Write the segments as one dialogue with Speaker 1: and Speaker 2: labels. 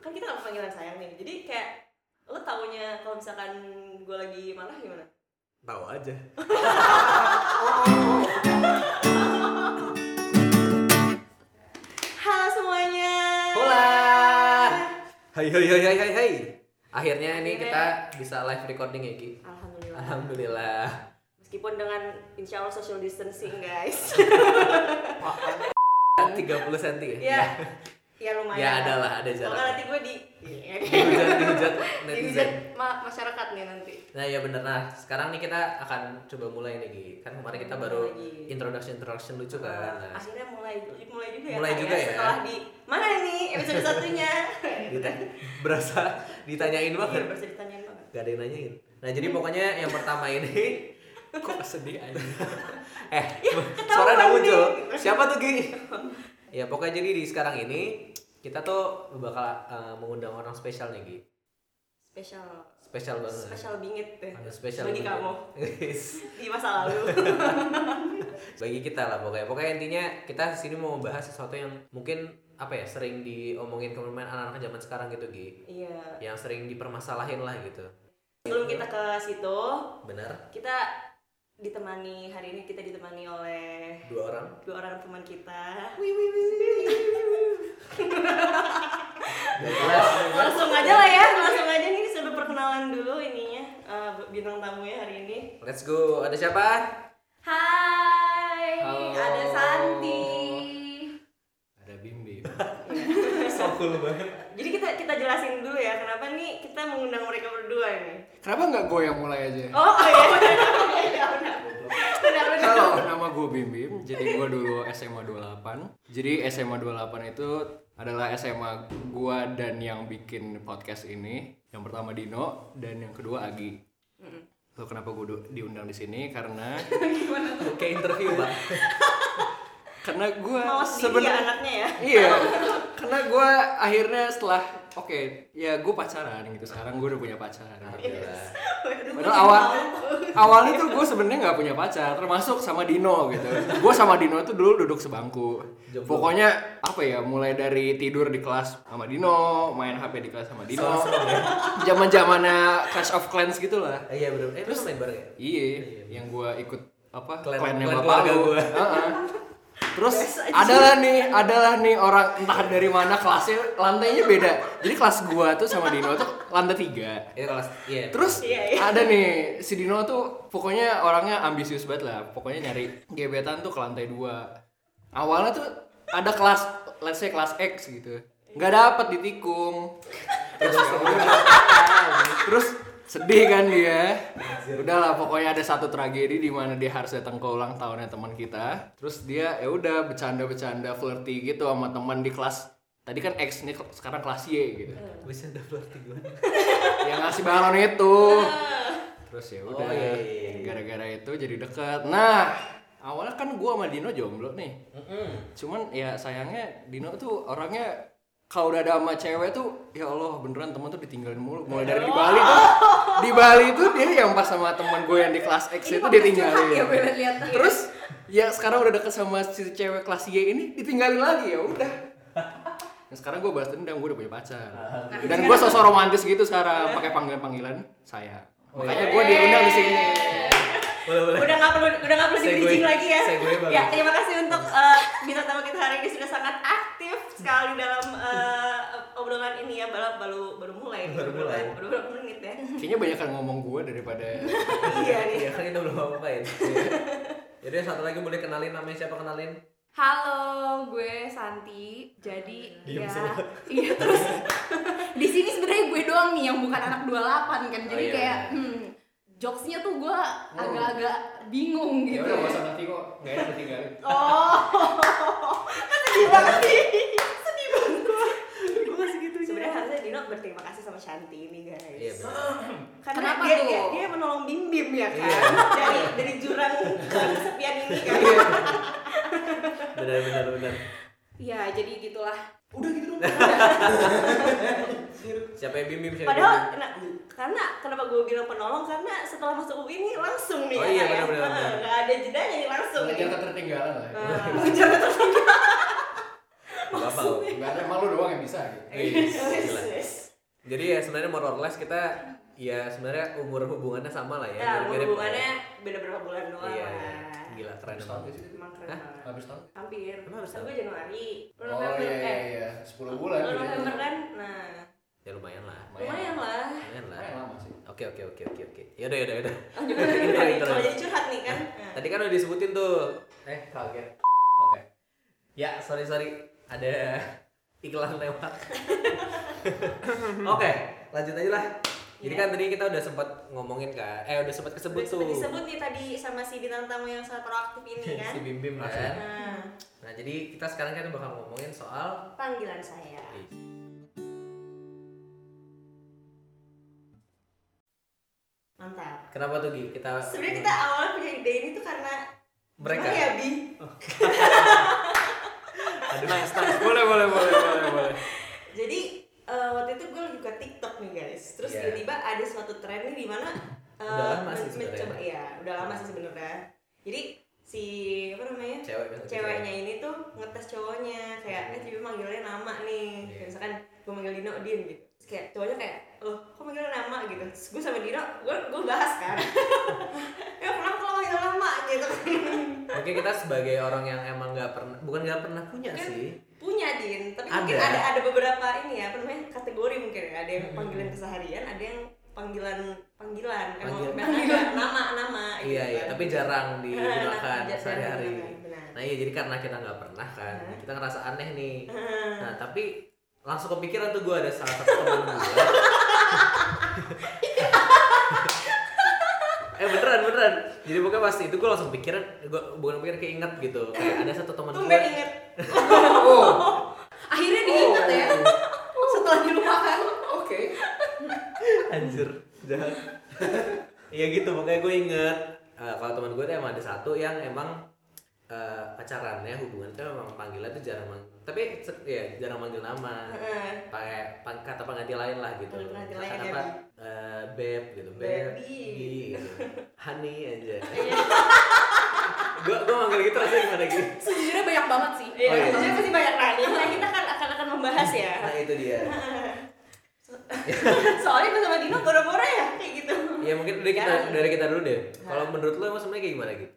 Speaker 1: pernah panggilan sayang nih jadi kayak lo taunya kalau misalkan gue lagi marah gimana
Speaker 2: Tahu aja.
Speaker 1: halo semuanya
Speaker 3: Hola.
Speaker 2: Hai hai hai hai hai. hai.
Speaker 3: Akhirnya ini
Speaker 1: Akhirnya.
Speaker 3: kita bisa live recording ya Ki.
Speaker 1: alhamdulillah
Speaker 3: Alhamdulillah.
Speaker 1: meskipun dengan insya Allah social distancing guys
Speaker 3: 30 cm ya.
Speaker 1: ya ya lumayan
Speaker 3: Ya adalah ada
Speaker 1: Semoga
Speaker 3: jarak.
Speaker 1: nanti gue di
Speaker 3: Dihujat dihujat
Speaker 1: dihujat
Speaker 3: netizen.
Speaker 1: ma- masyarakat nih nanti
Speaker 3: Nah ya bener nah sekarang nih kita akan coba mulai nih Ki. Kan kemarin kita baru
Speaker 1: Lagi.
Speaker 3: introduction introduction lucu kan. Nah,
Speaker 1: Eh, akhirnya mulai mulai juga ya
Speaker 3: Mulai
Speaker 1: Kak,
Speaker 3: juga ya.
Speaker 1: setelah di mana nih episode satunya
Speaker 3: dita- berasa ditanyain
Speaker 1: Iya,
Speaker 3: banget.
Speaker 1: berasa ditanyain banget
Speaker 3: Gak ada yang nanyain. Nah jadi pokoknya yang pertama ini kok sedih aja. eh suara udah
Speaker 1: Ya, ketahuan
Speaker 3: muncul.
Speaker 1: nih.
Speaker 3: Siapa tuh Ki? ya pokoknya jadi di sekarang ini kita tuh bakal eh, mengundang orang spesial nih Ki.
Speaker 1: spesial
Speaker 3: Spesial banget.
Speaker 1: spesial bingit deh
Speaker 3: Ada spesial
Speaker 1: bagi
Speaker 3: banget.
Speaker 1: kamu
Speaker 3: Guys,
Speaker 1: di masa lalu
Speaker 3: Bagi kita lah pokoknya. Pokoknya intinya kita di sini mau membahas sesuatu yang mungkin apa ya sering diomongin kemarin anak-anak zaman sekarang gitu Ki.
Speaker 1: iya
Speaker 3: Yang sering dipermasalahin lah gitu.
Speaker 1: sebelum kita ke situ
Speaker 3: Benar.
Speaker 1: kita ditemani hari ini kita ditemani oleh
Speaker 3: Dua orang.
Speaker 1: dua orang teman kita
Speaker 3: Gak jelas.
Speaker 1: langsung aja lah ya langsung aja nih sudah perkenalan dulu ininya eh, bintang tamunya hari ini
Speaker 3: Let's go. Ada siapa?
Speaker 4: Hai,
Speaker 3: Halo.
Speaker 4: ada Santi.
Speaker 2: Ada Bimbi. Sokul banget.
Speaker 1: Jadi kita kita jelasin dulu ya kenapa nih kita mengundang mereka berdua nih.
Speaker 5: Kenapa nggak gue yang mulai aja?
Speaker 1: Oh, oh iya. Iya, benar. Benar, benar.
Speaker 5: Halo, nama gue Bim Bim. Jadi gue dulu SMA 28. Jadi SMA 28 itu adalah SMA gue dan yang bikin podcast ini. Yang pertama Dino dan yang kedua Agi. Lo kenapa gue diundang di sini? Karena
Speaker 3: Kayak interview, Pak.
Speaker 5: karena gue
Speaker 1: Mawas diri ya
Speaker 5: sebenarnya
Speaker 1: anaknya ya.
Speaker 5: iya. Karena gue akhirnya setelah oke ya gue pacaran gitu. Sekarang gue udah punya pacar.
Speaker 1: Iya,
Speaker 3: Alhamdulillah.
Speaker 1: Waduh,
Speaker 5: Padahal awal awalnya tuh gue sebenarnya nggak punya pacar, termasuk sama Dino gitu. Gue sama Dino tuh dulu duduk sebangku.
Speaker 3: Jomblo.
Speaker 5: Pokoknya apa ya, mulai dari tidur di kelas sama Dino, main HP di kelas sama Dino. zaman zamannya Clash of Clans gitu lah.
Speaker 3: Eh, Iya, benar. Eh, terus main bareng ya?
Speaker 5: Iya, yang gue ikut apa?
Speaker 3: Clan-
Speaker 5: Clannya
Speaker 3: clan
Speaker 5: bapak
Speaker 3: keluarga
Speaker 5: gue.
Speaker 3: gua.
Speaker 5: Terus adalah nih, adalah nih orang entah dari mana kelasnya lantainya beda. Jadi kelas gue tuh sama Dino tuh lantai tiga.
Speaker 3: Itu kelas iya.
Speaker 5: Terus
Speaker 1: Iya, iya.
Speaker 5: ada nih si Dino tuh pokoknya orangnya ambisius banget lah. Pokoknya nyari gebetan tuh ke lantai dua. Awalnya tuh ada kelas let's say kelas X gitu. Nggak dapet ditikung. Terus, gitu. terus sedih kan dia. Udahlah pokoknya ada satu tragedi di mana dia harus datang ke ulang tahunnya teman kita. Terus dia ya udah bercanda-bercanda flirty gitu sama teman di kelas tadi kan X nih sekarang kelas Y gitu.
Speaker 3: bisa ada flirting gimana?
Speaker 5: Yang Ya, ngasih balon itu terus ya
Speaker 3: Oh,
Speaker 5: udah
Speaker 3: iya, iya, iya.
Speaker 5: gara-gara itu jadi dekat nah awalnya kan gua sama Dino jomblo nih
Speaker 3: Heeh.
Speaker 5: cuman ya sayangnya Dino tuh orangnya kalau udah ada sama cewek tuh ya Allah beneran temen tuh ditinggalin mulu mulai dari di Bali tuh di Bali tuh dia yang pas sama teman gue yang di kelas X itu ditinggalin
Speaker 4: Ya boleh lihat.
Speaker 5: terus ya sekarang udah deket sama si cewek kelas Y ini ditinggalin lagi ya udah Nah, sekarang gue balas dendam gue udah punya pacar dan gue sosok romantis gitu sekarang pakai panggilan panggilan saya
Speaker 3: Oh,
Speaker 5: makanya gue diundang di sini
Speaker 3: Boleh, boleh.
Speaker 1: Udah nggak perlu udah nggak perlu
Speaker 3: Segue-
Speaker 1: di-bridging lagi ya.
Speaker 3: segue banget.
Speaker 1: Ya, terima kasih untuk eh, bintang tamu kita hari ini sudah sangat aktif sekali dalam eh, obrolan ini ya. Baru baru baru mulai nih,
Speaker 3: Baru mulai.
Speaker 1: Baru berapa menit ya.
Speaker 5: kayaknya banyak yang ngomong gue daripada
Speaker 1: Iya nih.
Speaker 3: Iya, kan kita belum apa-apain. Iya. Jadi yang satu lagi boleh kenalin namanya siapa kenalin?
Speaker 4: Halo, gue Santi. Jadi
Speaker 2: Diem
Speaker 4: ya,
Speaker 2: semua.
Speaker 4: iya terus. di sini sebenarnya gue doang nih yang bukan anak 28 kan. Jadi
Speaker 3: Oh, iya.
Speaker 4: kayak hmm, jokesnya tuh gue agak-agak bingung
Speaker 5: Oh.
Speaker 4: gitu.
Speaker 5: Ya nggak usah nanti kok nggak enak ditinggalin
Speaker 1: Oh, kan sedih banget sih. Sedih banget gue. Gue masih gitu. Sebenarnya harusnya Dino berterima kasih sama Shanti ini guys.
Speaker 3: Iya, benar.
Speaker 1: Karena
Speaker 4: Kenapa
Speaker 1: dia,
Speaker 4: tuh?
Speaker 1: dia, dia menolong Bim Bim ya kan
Speaker 3: Iya.
Speaker 1: dari dari jurang kesepian ini kan.
Speaker 3: Benar benar benar.
Speaker 1: Iya,
Speaker 4: Ya jadi gitulah.
Speaker 3: gitu Siapa yang bimbing siapa? ya, yang
Speaker 1: Padahal
Speaker 3: bimbing?
Speaker 1: nah, karena kenapa gue bilang penolong karena setelah masuk UI ini langsung nih.
Speaker 3: Oh iya,
Speaker 1: ya,
Speaker 3: benar-benar,
Speaker 1: Nah,
Speaker 3: benar.
Speaker 1: nggak ada jedanya nih langsung.
Speaker 5: nggak
Speaker 1: nih.
Speaker 5: jangan tertinggalan lah ya.
Speaker 1: Nah,
Speaker 3: Gak apa-apa.
Speaker 5: nggak ada malu doang yang bisa gitu.
Speaker 1: Iya,
Speaker 3: Wih, gila.
Speaker 1: yes.
Speaker 3: Iya, Jadi ya sebenarnya more or less kita ya sebenarnya umur hubungannya sama lah ya.
Speaker 1: Ya,
Speaker 3: mirip-mirip lah
Speaker 1: hubungannya
Speaker 3: ya.
Speaker 1: beda berapa bulan doang
Speaker 3: Iya,
Speaker 1: lah.
Speaker 3: iya. Gila keren
Speaker 2: Habis tahun
Speaker 3: banget.
Speaker 2: gak sih?
Speaker 1: Emang keren
Speaker 3: Hah?
Speaker 1: banget.
Speaker 2: Habis tahun?
Speaker 1: Hampir.
Speaker 3: Emang habis
Speaker 1: Gue Januari. Lu
Speaker 2: Oh
Speaker 1: November,
Speaker 2: iya iya
Speaker 1: eh.
Speaker 2: iya. 10 bulan.
Speaker 1: Lu
Speaker 2: bedanya.
Speaker 1: November kan? Nah,
Speaker 3: Ya lumayan lah.
Speaker 1: lumayan lah.
Speaker 3: Lumayan lah.
Speaker 2: Lumayan lama sih.
Speaker 3: Oke oke oke oke oke. Yaudah yaudah yaudah.
Speaker 1: Oh, jadi-
Speaker 3: Iya,
Speaker 1: Kalau jadi curhat nih kan. Nah.
Speaker 3: Tadi kan udah disebutin tuh. Eh kaget. Oke. Ya sorry sorry ada iklan lewat. Oke lanjut aja lah. Jadi
Speaker 1: Iya.
Speaker 3: kan tadi kita udah sempat ngomongin kan, eh udah sempat kesebut
Speaker 1: Udah
Speaker 3: tuh
Speaker 1: disebut nih tadi sama si bintang tamu yang sangat proaktif ini kan.
Speaker 3: si Bim Bim
Speaker 2: Iya.
Speaker 3: kan.
Speaker 1: Nah,
Speaker 3: Nah jadi kita sekarang kan bakal ngomongin soal
Speaker 1: panggilan saya.
Speaker 3: Iya.
Speaker 1: Mantap.
Speaker 3: kenapa tuh Gi? Kita
Speaker 1: Sebenarnya kita awal punya ide ini tuh karena
Speaker 3: Mereka.
Speaker 1: Gimana ya bi
Speaker 3: Aduh, nice, nice.
Speaker 5: boleh boleh boleh boleh boleh
Speaker 1: jadi eh, waktu itu gue lagi buka TikTok nih guys terus
Speaker 3: Iya.
Speaker 1: tiba-tiba ada suatu tren nih di mana eh,
Speaker 3: Udah lama sih
Speaker 1: men-
Speaker 3: sebenarnya.
Speaker 1: mencoba ya udah lama sih sebenarnya jadi si apa namanya
Speaker 3: Cewek biasanya
Speaker 1: ceweknya ini tuh ngetes cowoknya kayak eh tiba manggilnya nama nih
Speaker 3: Iya.
Speaker 1: Kayak misalkan gue manggil Dino Din gitu Terus kayak cowoknya kayak loh kok manggilnya nama gitu terus gue sama Dino gue gue bahas kan ya kenapa kalau manggil nama gitu
Speaker 3: Mungkin kita sebagai orang yang emang nggak pernah, bukan nggak pernah punya
Speaker 1: Mungkin
Speaker 3: sih.
Speaker 1: punya Din tapi mungkin
Speaker 3: Ada. Hmm.
Speaker 1: ada ada beberapa ini ya apa namanya kategori mungkin ya. ada yang panggilan keseharian ada yang panggilan panggilan emang
Speaker 3: Panggilan.
Speaker 1: memang ada nama nama
Speaker 3: Iya iya, tapi jarang digunakan
Speaker 1: gitu kan. Nah, Jarang
Speaker 3: sehari-hari.
Speaker 1: digunakan, benar.
Speaker 3: Nah iya, jadi karena kita nggak pernah kan,
Speaker 1: Hah?
Speaker 3: kita ngerasa aneh nih.
Speaker 1: Hah.
Speaker 3: Nah tapi langsung kepikiran tuh gue ada salah satu teman gue. eh beneran beneran. Jadi pokoknya pasti itu gue langsung pikiran, gue bukan pikir keinget gitu. Kayak ada satu teman gue.
Speaker 1: tumben inget
Speaker 5: oh
Speaker 4: Akhirnya diingat ya. Setelah dilupakan.
Speaker 5: oke
Speaker 3: Anjir, jahat. Iya gitu, makanya gue inget eh, kalau teman gue tuh emang ada satu yang emang eh, pacarannya hubungan tuh emang panggilan tuh jarang mang tapi se- ya jarang manggil nama
Speaker 1: Heeh.
Speaker 3: pakai pang- kata pengganti lain lah gitu
Speaker 1: Kata pengganti lain
Speaker 3: kata
Speaker 1: ya,
Speaker 3: apa eh, beb gitu
Speaker 1: Baby.
Speaker 3: beb bi gitu. honey aja
Speaker 1: Iya.
Speaker 3: gue gue manggil gitu rasanya gimana gitu
Speaker 4: Sejujurnya banyak banget sih.
Speaker 1: Iya,
Speaker 3: Oh, iya.
Speaker 1: maksudnya pasti banyak nanya. Nah, kita kan akan akan membahas ya.
Speaker 3: nah itu dia Iya.
Speaker 1: Soalnya gue sama Dino boro-boro ya kayak gitu.
Speaker 3: ya mungkin dari kita
Speaker 1: Jarang. Nah.
Speaker 3: dari kita dulu deh kalau menurut lo emang sebenarnya kayak gimana gitu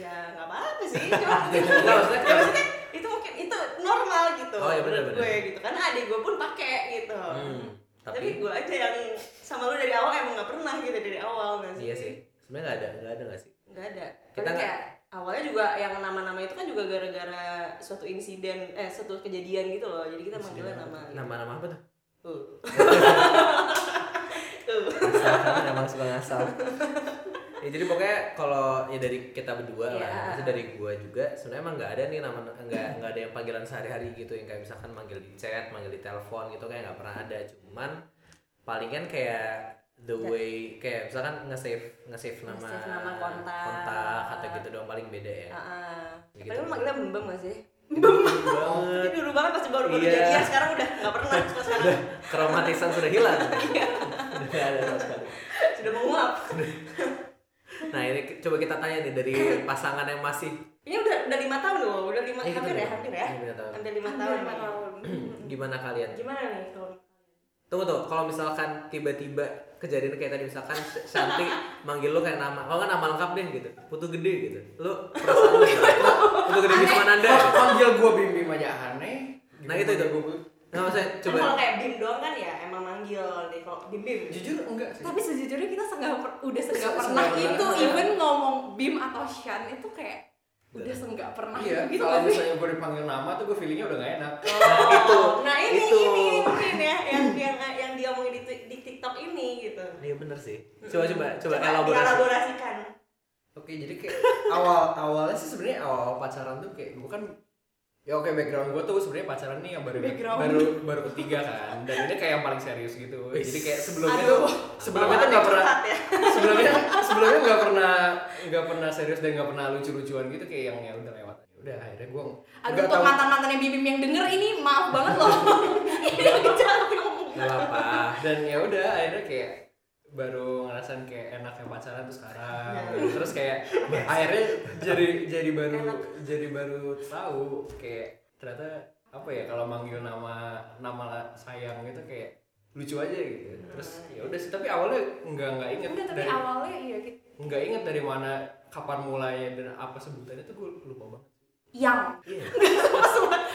Speaker 1: Ya nggak apa-apa sih, cuma mungkin
Speaker 3: Nggak, maksudnya-
Speaker 1: ya, maksudnya itu mungkin itu normal gitu.
Speaker 3: Oh, iya, benar,
Speaker 1: menurut
Speaker 3: benar.
Speaker 1: Gue gitu karena adik gue pun pakai gitu.
Speaker 3: Hmm,
Speaker 1: tapi,
Speaker 3: tapi-
Speaker 1: gue aja yang sama lu dari awal emang nggak pernah gitu dari awal nggak sih?
Speaker 3: iya sih sebenarnya nggak ada nggak ada nggak sih
Speaker 1: Nggak ada.
Speaker 3: Kita
Speaker 1: Tapi
Speaker 3: nggak-
Speaker 1: kayak awalnya juga yang nama-nama itu kan juga gara-gara suatu insiden eh suatu kejadian gitu loh. Jadi kita manggilnya nama. gitu.
Speaker 3: nama-nama apa Nah. Ya tuh
Speaker 1: Tuh.
Speaker 3: gitu. Misalkan emang suka ngasal ya jadi pokoknya kalau ya dari kita berdua
Speaker 1: Iya.
Speaker 3: lah itu dari gua juga sebenarnya emang nggak ada nih nama nggak nggak ada yang panggilan sehari-hari gitu yang kayak misalkan manggil di chat manggil di telepon gitu kayak nggak pernah ada cuman palingan kayak the way kayak misalkan nge-save nge-save nama
Speaker 1: Nge-save nama kontak. Ah.
Speaker 3: kontak atau gitu doang paling beda ya
Speaker 1: Heeh.
Speaker 3: Gitu.
Speaker 1: Tapi lu manggilnya Bembem gak sih?
Speaker 3: banget
Speaker 1: Tapi dulu banget pas baru-baru
Speaker 3: Iya.
Speaker 1: jadian sekarang udah gak pernah Cuma sekarang
Speaker 3: keromatisan sudah hilang
Speaker 1: Iya.
Speaker 3: udah nggak ada sama sekali
Speaker 1: sudah menguap
Speaker 3: nah ini ke- coba kita tanya nih dari pasangan yang masih
Speaker 1: Ini udah udah 5 tahun loh, udah 5
Speaker 3: Eh, kita
Speaker 1: hampir ya,
Speaker 3: lima-
Speaker 1: hampir ya
Speaker 3: lima tahun. Iya,
Speaker 1: Hampir 5 tahun ya.
Speaker 4: Lima tahun.
Speaker 3: gimana kalian
Speaker 1: Gimana nih kalau
Speaker 3: Tunggu tuh, kalau misalkan tiba-tiba kejadian kayak tadi misalkan Sh- Shanti manggil lu kayak nama, kalau nggak nama lengkap deh gitu, Putu Gede gitu, lu perasaan lu gitu, Putu Gede Gismananda.
Speaker 5: panggil gue bim bim aja aneh
Speaker 3: gitu. Nah itu itu, nah maksudnya
Speaker 1: Kan
Speaker 3: coba,
Speaker 1: kalau kayak Bim doang kan ya emang manggil deh kalau Bim Bim
Speaker 5: jujur enggak sih
Speaker 4: Tapi sejujurnya kita seenggak per- udah seenggak
Speaker 5: Se-
Speaker 4: pernah
Speaker 5: seenggak
Speaker 4: itu
Speaker 5: pernah.
Speaker 4: even ngomong Bim atau Shan itu kayak udah seenggak pernah
Speaker 5: iya
Speaker 4: gitu
Speaker 5: kalau
Speaker 4: gak sih?
Speaker 5: misalnya gue dipanggil nama tuh gue feelingnya udah gak enak
Speaker 3: nah itu,
Speaker 1: Nah ini,
Speaker 3: itu,
Speaker 1: ini, ini mungkin ya yang yang yang diomongin di, Twi- di TikTok ini gitu
Speaker 3: iya bener sih, coba coba coba, elaborasi.
Speaker 1: elaborasikan
Speaker 5: Oke, jadi kayak awal awalnya sih sebenarnya awal pacaran tuh kayak gue kan ya oke background gue tuh sebenarnya pacaran nih yang baru
Speaker 4: Background.
Speaker 5: baru baru ketiga kan dan ini kayak yang paling serius gitu jadi kayak sebelumnya
Speaker 4: Aduh.
Speaker 5: tuh sebelumnya tuh nggak pernah
Speaker 1: Curhat ya
Speaker 5: sebelumnya sebelumnya nggak pernah nggak pernah serius dan nggak pernah lucu-lucuan gitu kayak yang ya udah lewat Ya udah akhirnya gue
Speaker 4: Aduh untuk mantan-mantannya Bim Bim yang denger ini maaf banget loh. ini yang jauh.
Speaker 3: Gak apa,
Speaker 5: dan ya udah akhirnya kayak baru ngerasain kayak enaknya pacaran tuh sekarang terus kayak akhirnya jadi jadi baru jadi baru tahu kayak ternyata apa ya kalau manggil nama nama sayang gitu kayak
Speaker 2: lucu aja gitu
Speaker 3: terus
Speaker 5: ya udah sih tapi awalnya nggak nggak inget
Speaker 4: Enggak, Ya tapi
Speaker 5: dari
Speaker 4: awalnya iya gitu.
Speaker 5: nggak inget dari mana kapan mulainya dan apa sebutannya tuh gue lupa banget
Speaker 4: Yang.
Speaker 3: Iya.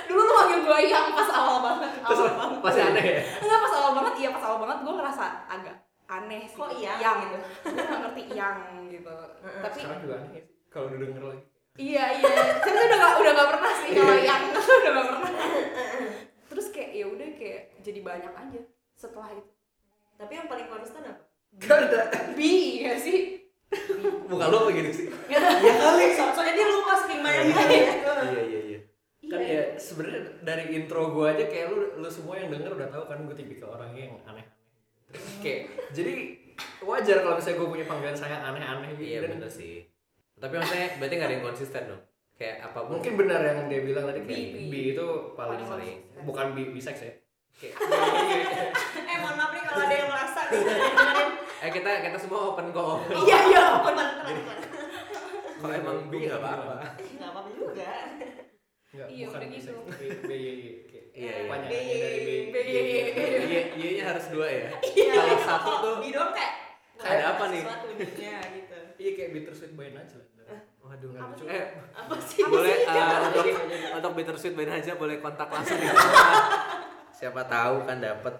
Speaker 4: Dulu lu manggil gue yang pas awal banget.
Speaker 3: terus
Speaker 4: Awal banget.
Speaker 3: masih aneh ya
Speaker 4: Enggak pas awal banget, iya pas awal banget gue ngerasa agak aneh sih.
Speaker 1: Kok yang gitu?
Speaker 4: Gue nggak ngerti yang gitu. Tapi
Speaker 5: sekarang juga aneh ya sih kalau udah denger lagi
Speaker 4: iya iya, sebenarnya udah gak udah gak pernah sih
Speaker 3: Iya.
Speaker 4: kalau yang udah gak pernah. Terus kayak ya udah kayak jadi banyak aja setelah itu.
Speaker 1: tapi yang paling konstan apa
Speaker 3: Garda
Speaker 4: Bi ya sih.
Speaker 3: muka lo apa gini sih
Speaker 1: ya kali so soalnya dia lupa sering banyak kali ya
Speaker 3: iya iya iya
Speaker 5: kan ya sebenarnya dari intro gue aja kayak lu lu semua yang denger udah tahu kan gue tipikal orangnya yang aneh terus kayak jadi wajar kalau misalnya gue punya panggilan sayang aneh-aneh gitu
Speaker 3: iya
Speaker 5: Dan
Speaker 3: bener sih tapi maksudnya berarti nggak ada yang konsisten dong kayak apapun
Speaker 5: mungkin benar yang dia bilang tadi kayak
Speaker 4: Bi, bi.
Speaker 5: bi itu paling
Speaker 4: Paling
Speaker 5: sering
Speaker 4: sering.
Speaker 5: bukan bi biseks ya kayak
Speaker 1: eh mohon maaf nih kalau ada yang merasa
Speaker 3: Iya,
Speaker 1: nih
Speaker 3: eh kita kita semua open kok
Speaker 4: Iya iya.
Speaker 1: open banget
Speaker 3: kalau emang bi nggak apa-apa
Speaker 1: Eh, nggak apa-apa juga
Speaker 5: Enggak,
Speaker 4: Iya,
Speaker 5: bukan
Speaker 4: udah
Speaker 5: biseks.
Speaker 4: gitu.
Speaker 5: B B Y Y kayak
Speaker 3: Iya, iya.
Speaker 5: banyak
Speaker 1: B,
Speaker 5: yang dari B
Speaker 1: B,
Speaker 5: Y, Y, Y.
Speaker 3: iya iya nya harus dua ya kalau satu tuh
Speaker 1: di doang kayak
Speaker 3: Ada apa nih?
Speaker 1: sesuatu nih ya gitu
Speaker 5: Iya kayak bittersweet by aja lah.
Speaker 3: waduh nggak
Speaker 1: Apa
Speaker 3: lucu
Speaker 1: sih?
Speaker 3: eh
Speaker 1: apa sih
Speaker 3: boleh eh, untuk untuk bittersweet Ben aja boleh kontak langsung di siapa tahu kan dapat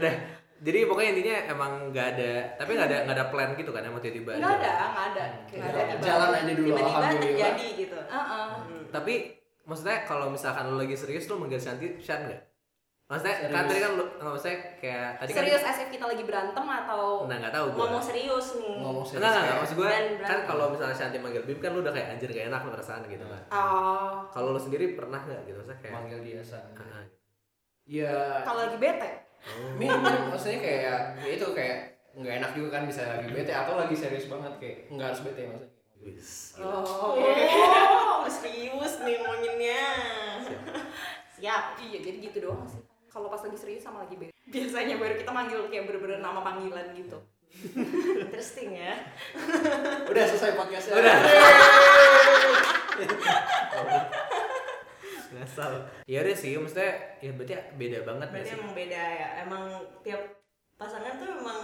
Speaker 3: udah jadi pokoknya intinya emang nggak ada tapi nggak ada nggak ada plan gitu kan emang tiba-tiba
Speaker 4: Enggak ada, enggak ada.
Speaker 3: Hmm,
Speaker 4: Kayak
Speaker 5: Jalan-
Speaker 4: nggak ada.
Speaker 5: jalan aja dulu
Speaker 1: tiba-tiba
Speaker 5: alhamdulillah. Iya.
Speaker 1: terjadi gitu
Speaker 4: Heeh.
Speaker 3: tapi maksudnya kalau misalkan lo lagi serius lo manggil Shanti Shan nggak maksudnya kan
Speaker 5: Serius.
Speaker 3: tadi kan lo nggak maksudnya kayak tadi
Speaker 4: Serius
Speaker 3: kan
Speaker 4: as if kita lagi berantem atau
Speaker 3: nah nggak tahu gue
Speaker 1: ngomong serius nih
Speaker 5: Ngomong
Speaker 3: Enggak, enggak, enggak.
Speaker 5: serius.
Speaker 3: Maksud gue,
Speaker 1: Dan
Speaker 3: kan
Speaker 1: berani.
Speaker 3: kalau misalnya Shanti manggil Bim kan lu udah kayak anjir gak enak lu perasaan gitu kan
Speaker 4: Oh,
Speaker 3: Kalau lu sendiri pernah gak gitu? Maksudnya kayak
Speaker 5: kayak manggil dia
Speaker 3: ah,
Speaker 5: san.
Speaker 3: gitu.
Speaker 5: Ya
Speaker 4: kalau lagi bete.
Speaker 5: minim maksudnya kayak ya itu kayak nggak enak juga kan bisa lagi bete atau lagi serius banget kayak nggak harus bete maksudnya.
Speaker 3: gitu." Wis, gila.
Speaker 4: Oh,
Speaker 1: Oh, udah
Speaker 4: oke.
Speaker 1: serius nih ngomonginnya. Siap.
Speaker 4: Iya, jadi gitu doang sih. Kalau pas lagi serius sama lagi bete. Biasanya baru kita manggil kayak bener-bener nama panggilan gitu.
Speaker 1: Interesting ya.
Speaker 5: Udah selesai ya? podcastnya.
Speaker 3: Udah. Ngasal. Ya udah sih, maksudnya ya berarti beda banget gak
Speaker 5: Iya
Speaker 1: Berarti
Speaker 3: sih?
Speaker 1: emang beda ya. Emang tiap pasangan tuh emang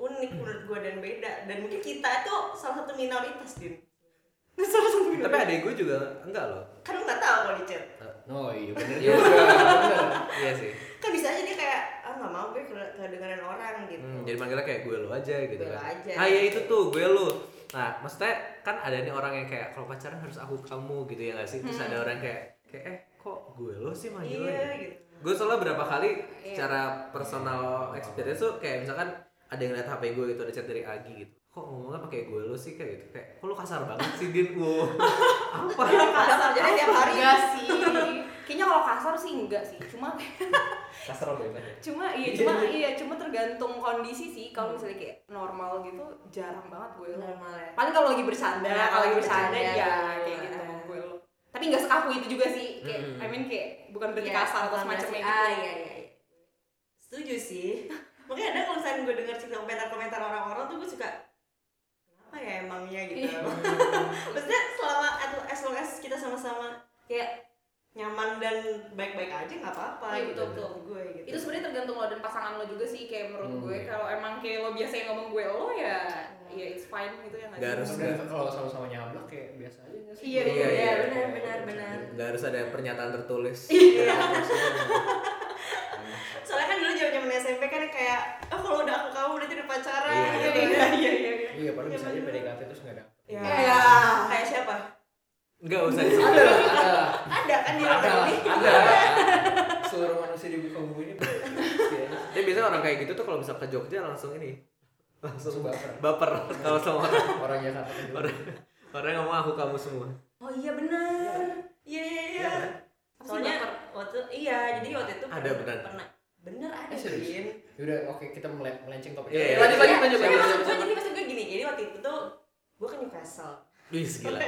Speaker 1: unik menurut gue dan beda. Dan mungkin kita tuh salah satu minoritas din. salah satu
Speaker 3: Tapi
Speaker 1: minoritas.
Speaker 3: ada gue juga enggak loh.
Speaker 1: Kan lu nggak tahu kalau di chat.
Speaker 5: Oh iya bener
Speaker 3: Iya.
Speaker 5: juga. bener.
Speaker 3: Iya sih.
Speaker 1: Kan bisa aja dia kayak ah nggak mau gue ke- kedengeran orang gitu.
Speaker 3: Hmm, jadi manggilnya kayak gue lu aja gitu
Speaker 1: Gue lu
Speaker 3: kan.
Speaker 1: aja.
Speaker 3: Ah ya itu tuh gue lu. Nah, maksudnya kan ada nih orang yang kayak kalau pacaran harus aku kamu gitu ya gak sih? Terus ada orang kayak kayak eh kok gue lu sih
Speaker 1: Hmm.
Speaker 3: manggilnya?
Speaker 1: Iya
Speaker 3: gitu.
Speaker 1: gitu. Iya.
Speaker 3: gue soalnya berapa kali secara personal experience tuh kayak misalkan ada yang liat HP gue gitu ada chat dari Agi gitu kok ngomongnya pakai gue lu sih kayak gitu kayak kok lu kasar banget sih Din wow apa
Speaker 1: Kasar jadi tiap hari.
Speaker 4: Enggak sih. Kayaknya kalau kasar sih enggak sih. Cuma
Speaker 5: Kasar lo aja.
Speaker 4: cuma iya cuma iya cuma tergantung kondisi sih. Kalau
Speaker 1: Hmm.
Speaker 4: misalnya kayak normal gitu jarang banget gue. lo.
Speaker 1: Normal ya.
Speaker 4: Paling kalau lagi bercanda,
Speaker 1: Nah,
Speaker 4: kalau lagi
Speaker 1: kalau bercanda,
Speaker 4: bercanda ya
Speaker 1: gitu.
Speaker 4: kayak gitu
Speaker 1: Ah.
Speaker 4: gue lo. Tapi nggak sekaku itu juga sih. Kayak
Speaker 1: Hmm.
Speaker 4: I mean kayak bukan berarti kasar atau semacamnya gitu.
Speaker 1: Iya, Ah iya iya. iya. Setuju sih. Makanya ada kalau misalnya gue denger cerita komentar-komentar orang-orang tuh gue suka kenapa ya emangnya gitu.
Speaker 4: Iya.
Speaker 1: Maksudnya selama atau as long as kita sama-sama kayak nyaman dan baik-baik aja nggak apa-apa gitu
Speaker 4: Iya, betul, betul.
Speaker 1: menurut gue gitu.
Speaker 4: itu sebenarnya tergantung lo dan pasangan lo juga sih kayak menurut
Speaker 5: Hmm.
Speaker 4: gue kalau emang kayak lo biasa yang ngomong gue lo ya ya it's fine gitu ya nggak
Speaker 3: Nggak
Speaker 4: sih?
Speaker 3: harus.
Speaker 5: Udah, Kalau sama-sama nyablak kayak biasa aja nggak sih.
Speaker 4: Iya,
Speaker 3: iya, iya,
Speaker 1: benar, benar, benar.
Speaker 3: nggak harus ada pernyataan tertulis
Speaker 1: Iya. Soalnya kan dulu zaman SMP kan kayak oh kalau udah aku kamu berarti udah pacaran
Speaker 3: Iya,
Speaker 1: gitu.
Speaker 4: iya iya iya iya.
Speaker 5: Iya padahal bisa aja PDKT terus nggak ada.
Speaker 1: Ya.
Speaker 4: Iya.
Speaker 1: Kayak siapa?
Speaker 3: nggak usah di
Speaker 5: Ada lah, ada lah.
Speaker 1: Ada kan di
Speaker 5: Ada
Speaker 1: luar
Speaker 5: lah,
Speaker 1: ini.
Speaker 5: ada. Iya. Seluruh manusia di muka bumi ini.
Speaker 3: ya biasanya orang kayak gitu tuh kalau bisa ke Jogja langsung ini
Speaker 5: Langsung baper.
Speaker 3: baper kalau sama orang
Speaker 5: Orang Jakarta juga.
Speaker 3: orang orang ngomong aku kamu semua
Speaker 1: Oh iya benar. Iya iya iya.
Speaker 5: kan?
Speaker 4: Apa sih
Speaker 1: Soalnya
Speaker 4: baper?
Speaker 1: waktu iya jadi waktu itu
Speaker 3: Ada benar.
Speaker 1: pernah bener ada
Speaker 5: Eh, serius?
Speaker 1: Din.
Speaker 5: Yaudah, oke kita mele- melenceng topik.
Speaker 3: Iya, iya.
Speaker 5: Lanjut, lanjut,
Speaker 1: Iya,
Speaker 5: lanjut,
Speaker 1: tapi maksud
Speaker 5: lanjut,
Speaker 1: gue
Speaker 5: lanjut, lanjut.
Speaker 1: jadi maksud gue gini jadi waktu itu tuh gue ke Newcastle.
Speaker 3: wis gila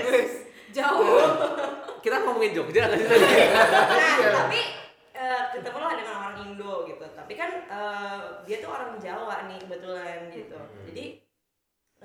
Speaker 4: jauh
Speaker 3: kita ngomongin Jogja nggak sih tadi
Speaker 1: Nah tapi eh, ketemu lah dengan orang Indo gitu tapi kan eh, dia tuh orang Jawa nih kebetulan gitu jadi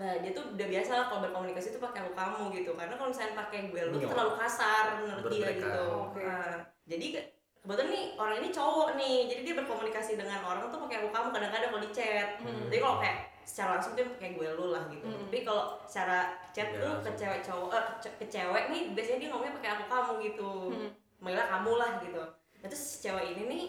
Speaker 1: eh, dia tuh udah biasa lah kalau berkomunikasi tuh pakai aku kamu gitu karena kalau misalnya pakai gue lu tuh
Speaker 5: Iya.
Speaker 1: terlalu kasar menurut dia
Speaker 3: Bermereka.
Speaker 1: gitu
Speaker 4: Oke.
Speaker 1: Nah, jadi ke- kebetulan nih orang ini cowok nih jadi dia berkomunikasi dengan orang tuh pakai aku kamu kadang-kadang kalau di chat tapi kalau kayak secara langsung dia pakai gue lu lah gitu
Speaker 4: Hmm.
Speaker 1: tapi kalau secara chat
Speaker 3: Iya,
Speaker 1: tuh ke
Speaker 3: langsung.
Speaker 1: cewek cowok eh, ke ce- ke cewek nih biasanya dia ngomongnya pakai aku kamu gitu
Speaker 4: Hmm.
Speaker 1: manggilnya kamu lah gitu nah, terus si cewek ini nih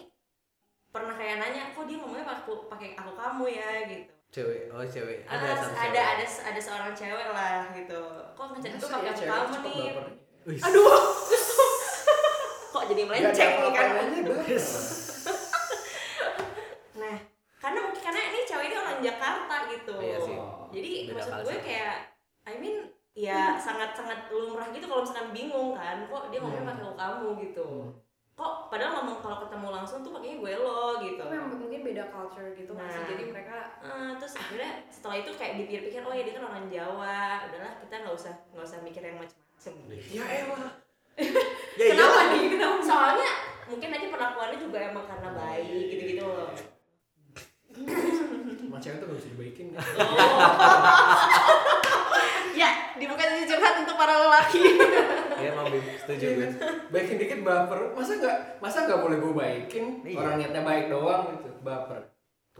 Speaker 1: pernah kayak nanya kok dia ngomongnya pakai aku pakai aku kamu ya gitu
Speaker 3: cewek oh cewek
Speaker 1: ada
Speaker 3: ada sama
Speaker 1: ada,
Speaker 3: cewek.
Speaker 1: ada ada seorang cewek lah gitu kok ngechat itu
Speaker 5: Iya,
Speaker 1: pakai aku kamu nih
Speaker 3: Wih,
Speaker 1: aduh kok jadi melenceng nih kan nah karena mungkin karena ini cewek ini orang Jakarta gitu
Speaker 3: Iya sih.
Speaker 1: jadi
Speaker 3: Beda
Speaker 1: maksud gue
Speaker 3: culture.
Speaker 1: kayak I mean ya sangat sangat lumrah gitu kalau misalkan bingung kan kok dia
Speaker 3: Iya.
Speaker 1: ngomongnya pakai lo kamu gitu
Speaker 3: Hmm.
Speaker 1: kok padahal ngomong kalau ketemu langsung tuh pakainya gue lo gitu
Speaker 4: Tapi memang mungkin beda culture gitu nggak sih
Speaker 1: Nah.
Speaker 4: jadi mereka
Speaker 1: Eh, terus akhirnya setelah itu kayak dipikir-pikir oh ya dia kan orang Jawa udahlah kita nggak usah nggak usah mikir yang macam-macam
Speaker 3: ya elah ya
Speaker 4: kenapa
Speaker 3: iyalah.
Speaker 4: nih kenapa
Speaker 1: soalnya mungkin aja perlakuannya juga emang karena baik
Speaker 3: Iya.
Speaker 1: gitu-gitu loh
Speaker 5: Sama cewek tuh gak bisa dibaikin kan?
Speaker 1: ya dibuka sesi curhat untuk para lelaki
Speaker 3: ya emang Bim, setuju gue
Speaker 5: Iya, kan? Baikin dikit baper. Masa nggak masa nggak boleh gue baikin?
Speaker 3: Iya.
Speaker 5: Orang niatnya baik doang gitu, baper.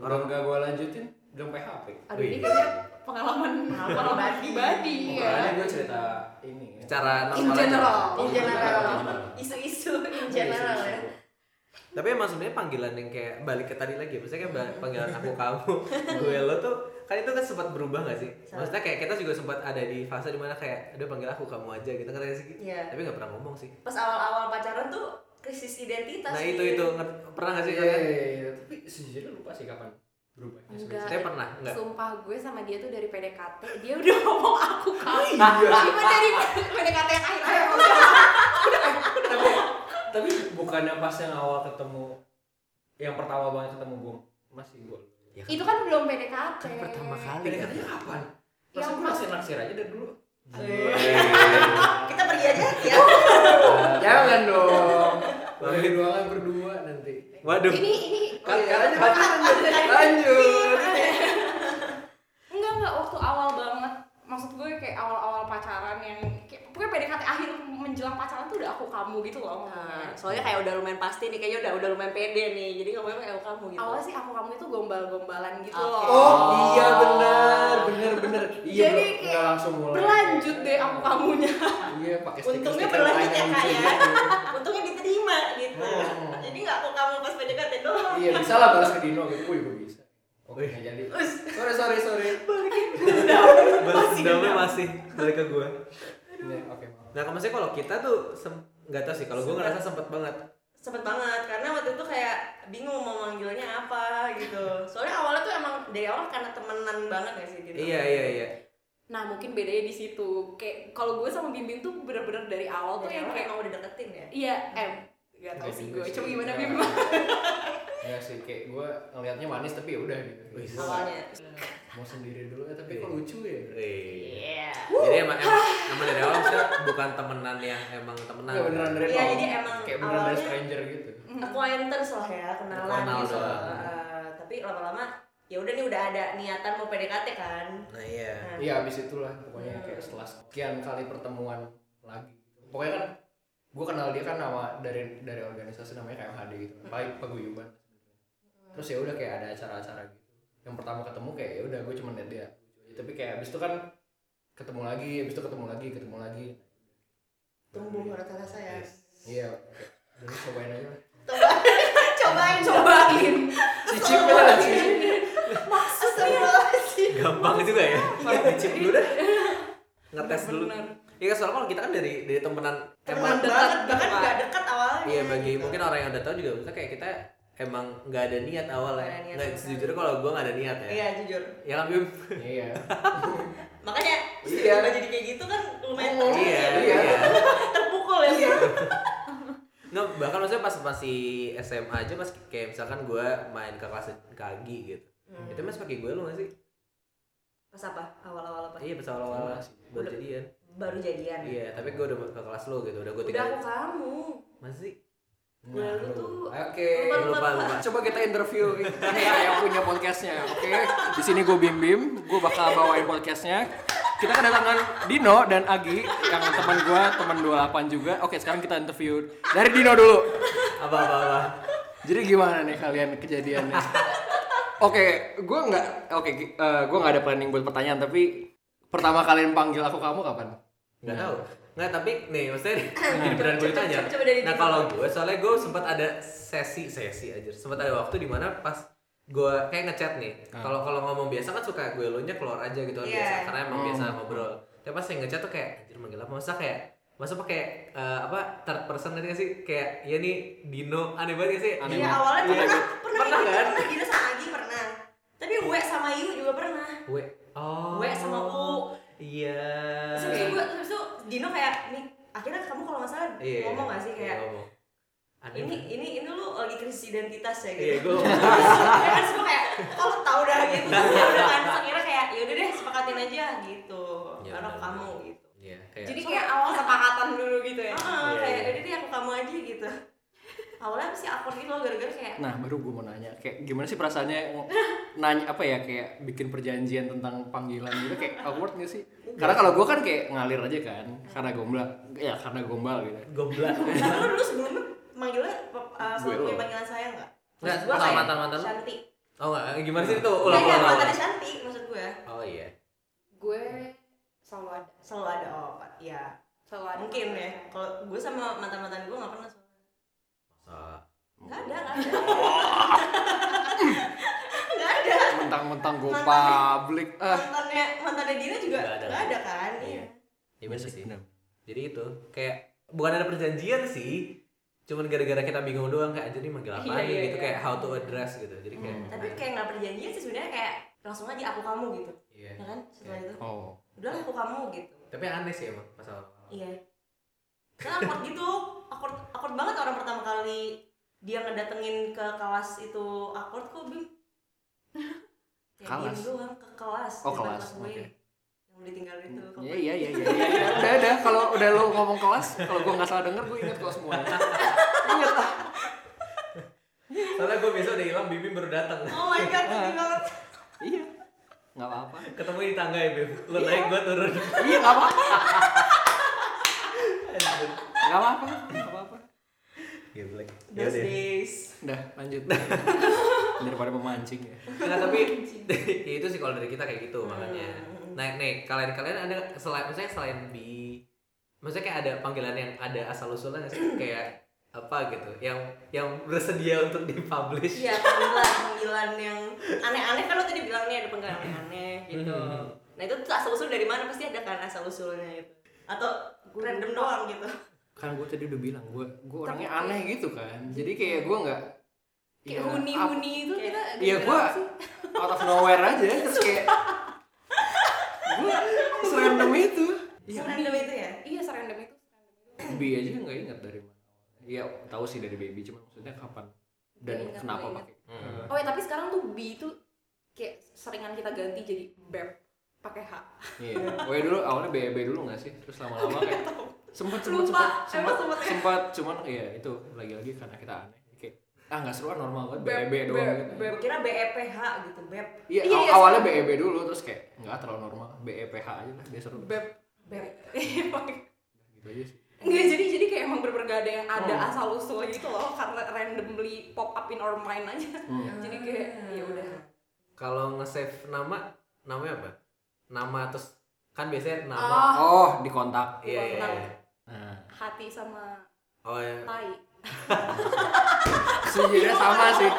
Speaker 3: Orang-
Speaker 5: Orang nggak gue lanjutin, bilang PHP.
Speaker 4: aduh ini
Speaker 3: Wih.
Speaker 4: kayaknya pengalaman pengalaman pribadi
Speaker 5: Makanya
Speaker 4: ya
Speaker 5: gue cerita ini. ya.
Speaker 3: secara
Speaker 4: in
Speaker 3: normal aja.
Speaker 4: general in
Speaker 5: Iya.
Speaker 4: general
Speaker 1: isu-isu in
Speaker 3: Oh, iya,
Speaker 1: general ya
Speaker 3: tapi emang sebenarnya panggilan yang kayak balik ke tadi lagi maksudnya kayak ba- panggilan aku kamu gue lo tuh kan itu kan sempat berubah gak sih maksudnya kayak kita juga sempat ada di fase dimana kayak udah panggil aku kamu aja gitu katanya sih gitu
Speaker 1: Iya.
Speaker 3: tapi nggak pernah ngomong sih
Speaker 1: pas awal-awal pacaran tuh krisis identitas
Speaker 3: nah
Speaker 1: nih.
Speaker 3: itu itu nge- pernah gak sih
Speaker 5: Iya,
Speaker 3: kalian
Speaker 5: iya, iya. Tapi sejujurnya lupa sih kapan berubahnya.
Speaker 4: Enggak.
Speaker 5: sebenarnya.
Speaker 3: saya pernah nggak
Speaker 4: Sumpah gue sama dia tuh dari PDKT dia udah ngomong aku kamu.
Speaker 5: iya.
Speaker 4: Cuma dari PDKT yang akhir.
Speaker 5: tapi, tapi bukannya pas yang awal ketemu, yang pertama banget ketemu gue masih gue.
Speaker 3: Ya
Speaker 4: Itu kan belum PDKT.
Speaker 3: Kan pertama kali ya
Speaker 5: Dekatnya kapan?
Speaker 1: Iya,
Speaker 5: Pas
Speaker 4: Yang
Speaker 5: gue
Speaker 4: pas-
Speaker 5: naksir naksir aja dari dulu. Iya.
Speaker 1: kita pergi aja ya
Speaker 5: Jangan dong. Bagi ruangan berdua nanti.
Speaker 3: waduh
Speaker 4: Ini ini
Speaker 5: Kan aja lanjut lanjut.
Speaker 4: enggak enggak waktu awal banget. Maksud gue kayak awal-awal pacaran yang kayak pokoknya PDKT akhir menjelang pacaran tuh udah aku kamu gitu loh.
Speaker 1: Nah, soalnya kayak udah lumayan pasti nih kayaknya udah udah lumayan pede nih jadi ngomongnya kayak "Oh, kamu gitu
Speaker 4: Awalnya sih aku kamu itu gombal-gombalan gitu
Speaker 1: Oke.
Speaker 4: loh.
Speaker 5: Oh iya benar benar benar. Iya
Speaker 4: Jadi
Speaker 5: bro,
Speaker 4: kayak
Speaker 5: nggak langsung mulai.
Speaker 4: Berlanjut deh aku kamunya.
Speaker 5: Iya pakai stiker.
Speaker 1: untungnya berlanjut ya
Speaker 5: gitu.
Speaker 1: kak ya untungnya diterima gitu
Speaker 5: Oh.
Speaker 1: jadi nggak aku kamu pas PDKT doang
Speaker 5: Iya bisa lah balas ke Dino gitu. Wih gue bisa. Oke nggak jadi. Sorry sorry sorry.
Speaker 3: balas dendamnya masih balik ke gue
Speaker 5: Iya, Oke maaf.
Speaker 3: nah maksudnya kalau kita tuh sem- nggak tahu sih kalau gue ngerasa sempet banget
Speaker 1: sempet banget karena waktu itu kayak bingung mau manggilnya apa gitu soalnya awalnya tuh emang dari awal karena temenan banget gak sih gitu
Speaker 3: iya iya iya
Speaker 4: Nah mungkin bedanya di situ. Kayak kalau gue sama Bimbing tuh bener-bener dari awal tuh
Speaker 1: Dari
Speaker 4: yang
Speaker 1: awal
Speaker 4: kayak
Speaker 1: emang udah deketin ya
Speaker 4: Iya, em. Gak tau
Speaker 5: gitu
Speaker 4: sih gue. Coba gimana
Speaker 1: Iya.
Speaker 4: Bim?
Speaker 5: Enggak Iya. sih kayak gue ngelihatnya manis tapi ya udah gitu.
Speaker 3: Wih,
Speaker 5: Gua
Speaker 1: awalnya
Speaker 5: Mau sendiri dulu ya tapi kok lucu ya.
Speaker 3: Iya.
Speaker 1: iya
Speaker 3: Jadi emang emang, emang dari awal maksudnya bukan temenan yang emang temenan.
Speaker 5: Nggak beneran dari
Speaker 1: Iya,
Speaker 5: nol.
Speaker 1: jadi emang
Speaker 5: kayak beneran dari
Speaker 1: awalnya- Iya.
Speaker 5: stranger gitu.
Speaker 1: acquaintance lah ya kenalan
Speaker 3: Hmm. Kenal
Speaker 1: gitu
Speaker 3: doang.
Speaker 1: Eh, tapi lama-lama ya udah nih udah ada niatan mau PDKT kan
Speaker 3: Nah iya.
Speaker 1: nah,
Speaker 5: Iya abis itulah
Speaker 1: Iya.
Speaker 5: pokoknya kayak setelah sekian kali pertemuan lagi. Pokoknya kan gue kenal dia kan nama dari dari organisasi namanya KMHD gitu, baik paguyuban. Terus ya udah kayak ada acara-acara gitu. Yang pertama ketemu kayak ya udah gue cuma liat dia. Tapi kayak abis itu kan ketemu lagi, abis itu ketemu lagi, ketemu lagi.
Speaker 1: tumbuh rata-rata saya
Speaker 5: Iya. kayak, Udah cobain aja lah.
Speaker 1: cobain
Speaker 4: Cobain.
Speaker 5: Cicip lah, cicip.
Speaker 1: Astagfirullahaladzim
Speaker 3: Gampang juga ya. Dicip dulu deh. Ngetes dulu.
Speaker 4: Bener.
Speaker 3: Iya soalnya kalau kita kan dari dari temenan
Speaker 1: teman
Speaker 3: emang
Speaker 1: banget bahkan nggak dekat awalnya
Speaker 3: Iya bagi
Speaker 1: gitu.
Speaker 3: mungkin orang yang udah tahu juga maksudnya kayak kita emang nggak ada niat awal
Speaker 1: Nggak ada niat
Speaker 3: ya. Nggak
Speaker 1: sama sekali.
Speaker 3: sejujurnya kalau gue nggak ada niat ya.
Speaker 1: iya jujur
Speaker 3: Ya kan Bim?
Speaker 5: Iya.
Speaker 1: makanya
Speaker 5: Iya.
Speaker 1: tiba-tiba jadi kayak gitu kan lumayan ya.
Speaker 5: Oh,
Speaker 3: Iya.
Speaker 5: iya.
Speaker 3: iya.
Speaker 1: terpukul ya
Speaker 3: Nggak, bahkan maksudnya pas masih SMA aja pas kayak misalkan gue main ke kelas kagi gitu.
Speaker 1: Hmm.
Speaker 3: Itu mas pakai gue lu nggak sih?
Speaker 1: pas apa awal-awal apa
Speaker 3: Iya pas awal-awal
Speaker 5: Sama sih.
Speaker 3: buat
Speaker 1: Udah.
Speaker 3: jadian.
Speaker 1: baru jadian
Speaker 3: Iya, tapi gue udah ke kelas lo gitu, udah gue
Speaker 1: udah aku
Speaker 3: tinggal.
Speaker 1: kamu
Speaker 3: Masih
Speaker 1: Udah lu
Speaker 5: Nah,
Speaker 1: tuh
Speaker 5: Oke.
Speaker 1: Lupa,
Speaker 3: lupa lupa. lupa.
Speaker 5: Coba kita interview. ya,
Speaker 2: Iya, yang punya podcastnya.
Speaker 5: Oke, di sini gue Bim Bim, gue bakal bawain podcastnya. Kita kedatangan Dino dan Agi yang teman gue, teman 28 juga. Oke, sekarang kita interview dari Dino dulu.
Speaker 3: apa apa apa
Speaker 5: Jadi gimana nih kalian kejadiannya? Oke, gue nggak, oke, gi- eh, gue nggak ada planning buat pertanyaan, tapi pertama kalian panggil aku kamu kapan?
Speaker 3: nggak tahu nggak tapi nih maksudnya nih, jadi beneran
Speaker 1: Iya.
Speaker 3: gue
Speaker 1: Coba-
Speaker 3: tanya
Speaker 1: coba- coba dari
Speaker 3: nah
Speaker 1: diri
Speaker 3: kalau gue soalnya gue sempat ada sesi sesi aja sempat ada waktu di mana pas gue kayak ngechat nih
Speaker 5: Ah.
Speaker 3: kalau kalau ngomong biasa kan suka gue lo nya keluar aja gitu kan
Speaker 1: Iya.
Speaker 3: biasa karena emang
Speaker 5: Hmm.
Speaker 3: biasa ngobrol tapi pas yang ngechat tuh kayak anjir manggil apa masa kayak masa pakai eh, apa third person nanti sih kayak ya nih Dino aneh banget nggak sih
Speaker 5: Aneh
Speaker 1: Iya
Speaker 5: banget.
Speaker 1: awalnya tuh
Speaker 3: Iya.
Speaker 1: pernah pernah
Speaker 3: Pernah
Speaker 1: ikut,
Speaker 3: kan?
Speaker 1: pernah Dina sama Agi pernah. Tapi gue sama Yu juga pernah.
Speaker 3: gue oh
Speaker 1: Gue sama U.
Speaker 3: iya
Speaker 1: Terus habis itu gue terus itu Dino kayak nih akhirnya kamu kalau nggak salah
Speaker 3: Iya,
Speaker 1: ngomong
Speaker 3: iya.
Speaker 1: gak sih kayak
Speaker 3: Iya, ngomong. Aneh
Speaker 1: ini
Speaker 3: banget.
Speaker 1: ini ini lu lagi krisis identitas ya
Speaker 3: iya
Speaker 1: gitu.
Speaker 3: gue
Speaker 1: Ya kan semua kayak kalau tau dah gitu
Speaker 3: Iya.
Speaker 1: ya udah kan Terus akhirnya kayak ya udah deh sepakatin aja gitu.
Speaker 3: Ya,
Speaker 1: Karena
Speaker 3: benar.
Speaker 1: kamu gitu.
Speaker 3: iya kayak
Speaker 4: Jadi kayak awal kesepakatan dulu gitu ya.
Speaker 1: Heeh,
Speaker 3: Iya,
Speaker 1: kayak
Speaker 3: iya.
Speaker 1: udah deh aku kamu aja gitu. Awalnya sih awkward gitu loh gara-gara kayak
Speaker 5: Nah, baru gue mau nanya, kayak gimana sih perasaannya ng- nanya apa ya, kayak bikin perjanjian tentang panggilan gitu, kayak awkward nggak sih? Karena kalau gue kan kayak ngalir aja kan, karena gombal, ya karena gombal gitu.
Speaker 3: goblok
Speaker 1: Nah, lu dulu sebelumnya manggilnya uh,
Speaker 5: Gue
Speaker 1: sama punya
Speaker 5: lo.
Speaker 1: panggilan saya nggak?
Speaker 3: Nggak,
Speaker 1: Maksud gua
Speaker 3: sama
Speaker 1: kayak
Speaker 3: mantan-mantan lu?
Speaker 1: Shanti.
Speaker 3: oh enggak gimana sih itu
Speaker 1: Nggak,
Speaker 3: ulang
Speaker 1: nggak,
Speaker 3: ulang ulang.
Speaker 1: mantannya Shanti maksud gue.
Speaker 3: oh iya
Speaker 4: Gue selalu ada.
Speaker 1: Selalu ada obat, ya.
Speaker 4: Selalu ada.
Speaker 1: Mungkin ya. Kalau gue sama mantan-mantan gue nggak pernah soalnya.
Speaker 3: Masa-
Speaker 1: Nggak ada, nggak ada. Nggak ada.
Speaker 5: Mentang-mentang gue public, ah.
Speaker 1: Mantannya mantannya Dina juga
Speaker 3: Nggak ada.
Speaker 1: nggak ada kan?
Speaker 3: Iya.
Speaker 1: Iya.
Speaker 3: ya bener sih jadi itu kayak bukan ada perjanjian sih cuman gara-gara kita bingung doang kayak jadi manggil apa
Speaker 4: Iya,
Speaker 3: nih
Speaker 4: iya,
Speaker 3: gitu
Speaker 4: iya.
Speaker 3: kayak how to address gitu jadi kayak
Speaker 1: Hmm. Tapi kayak nggak perjanjian sih sebenarnya kayak langsung aja aku kamu gitu.
Speaker 3: iya.
Speaker 1: Ya kan? Setelah itu
Speaker 5: Oh,
Speaker 1: udah aku kamu gitu.
Speaker 3: tapi aneh sih emang pas awal
Speaker 1: Iya. Karena awkward gitu, awkward, awkward banget orang pertama kali dia ngedatengin ke kelas itu awkward kok bim. Ya,
Speaker 5: Kelas?
Speaker 1: diem doang ke kelas.
Speaker 5: Oh,
Speaker 1: depan
Speaker 5: kelas,
Speaker 1: gue.
Speaker 5: oke.
Speaker 1: Yang udah tinggal itu. kok.
Speaker 5: iya iya iya iya. iya, iya. Udah udah kalau udah lo ngomong kelas, kalau gue nggak salah denger gue inget kok semua. Ingat lah.
Speaker 3: soalnya gue besok udah hilang Bibim baru datang
Speaker 1: Oh my god, sedih banget.
Speaker 5: Iya. Nggak apa-apa.
Speaker 3: ketemu di tangga ya Bim lu naik gue turun
Speaker 5: Iya nggak apa-apa. Nggak apa-apa. Nggak apa-apa.
Speaker 3: Geblek.
Speaker 1: Those days.
Speaker 5: Udah lanjut. Daripada memancing ya.
Speaker 3: Nah, tapi ya itu sih kalau dari kita kayak gitu makanya. Nah, nih kalian kalian ada selain maksudnya selain bi maksudnya kayak ada panggilan yang ada asal usulnya nggak sih kayak apa gitu yang yang bersedia untuk dipublish.
Speaker 1: Iya, panggilan, panggilan yang aneh-aneh kan lo tadi bilang nih ada panggilan aneh gitu.
Speaker 3: Hmm.
Speaker 1: Nah itu tuh asal usul dari mana pasti ada kan asal usulnya gitu. Atau random doang gitu.
Speaker 5: Kan gue tadi udah bilang gue gue orangnya aneh gitu kan. Jadi kayak gue nggak
Speaker 4: ya.
Speaker 5: ya,
Speaker 4: Kayak
Speaker 1: Iya.
Speaker 5: ap-
Speaker 4: huni-huni gitu itu kita
Speaker 5: Iya gue out of nowhere aja terus kayak gue serandom itu.
Speaker 1: Iya. Random itu ya.
Speaker 4: Iya, serandom itu.
Speaker 5: B aja nggak ingat dari mana. Ya tahu sih dari baby, cuma maksudnya kapan dan
Speaker 4: Nggak ingat,
Speaker 5: kenapa
Speaker 4: nggak
Speaker 5: pakai.
Speaker 3: Hmm.
Speaker 4: Oh ya, tapi sekarang tuh B itu kayak seringan kita ganti jadi beb pakai H.
Speaker 5: Iya. Gue dulu awalnya BB dulu nggak sih, terus lama-lama kayak sempet sempet sempet
Speaker 4: Lupa. Emang
Speaker 5: sempet,
Speaker 4: sempet ya?
Speaker 5: sempet, cuman ya itu lagi-lagi karena kita aneh kayak ah nggak seru ah, normal banget
Speaker 4: Beb,
Speaker 5: BB doang
Speaker 4: beb,
Speaker 5: gitu.
Speaker 4: beb.
Speaker 1: Gue kira BEPH gitu, Beb.
Speaker 5: Iya,
Speaker 4: Iya,
Speaker 5: aw-
Speaker 4: iya,
Speaker 5: awalnya BEB dulu terus kayak nggak terlalu normal, BEPH aja lah biasa seru.
Speaker 4: Beb beb.
Speaker 5: Gitu aja sih.
Speaker 4: Nggak, jadi jadi kayak emang bener-bener gak ada yang ada asal usul gitu loh karena randomly pop up in our mind aja. Jadi kayak ya udah.
Speaker 3: Kalau nge-save nama namanya apa? Nama terus kan biasanya nama.
Speaker 4: Ah,
Speaker 5: Oh, di kontak.
Speaker 3: Iya iya.
Speaker 4: Nama.
Speaker 3: iya.
Speaker 5: Nah,
Speaker 4: hati sama
Speaker 3: Oh iya.
Speaker 4: tai.
Speaker 5: sejujurnya sama sih.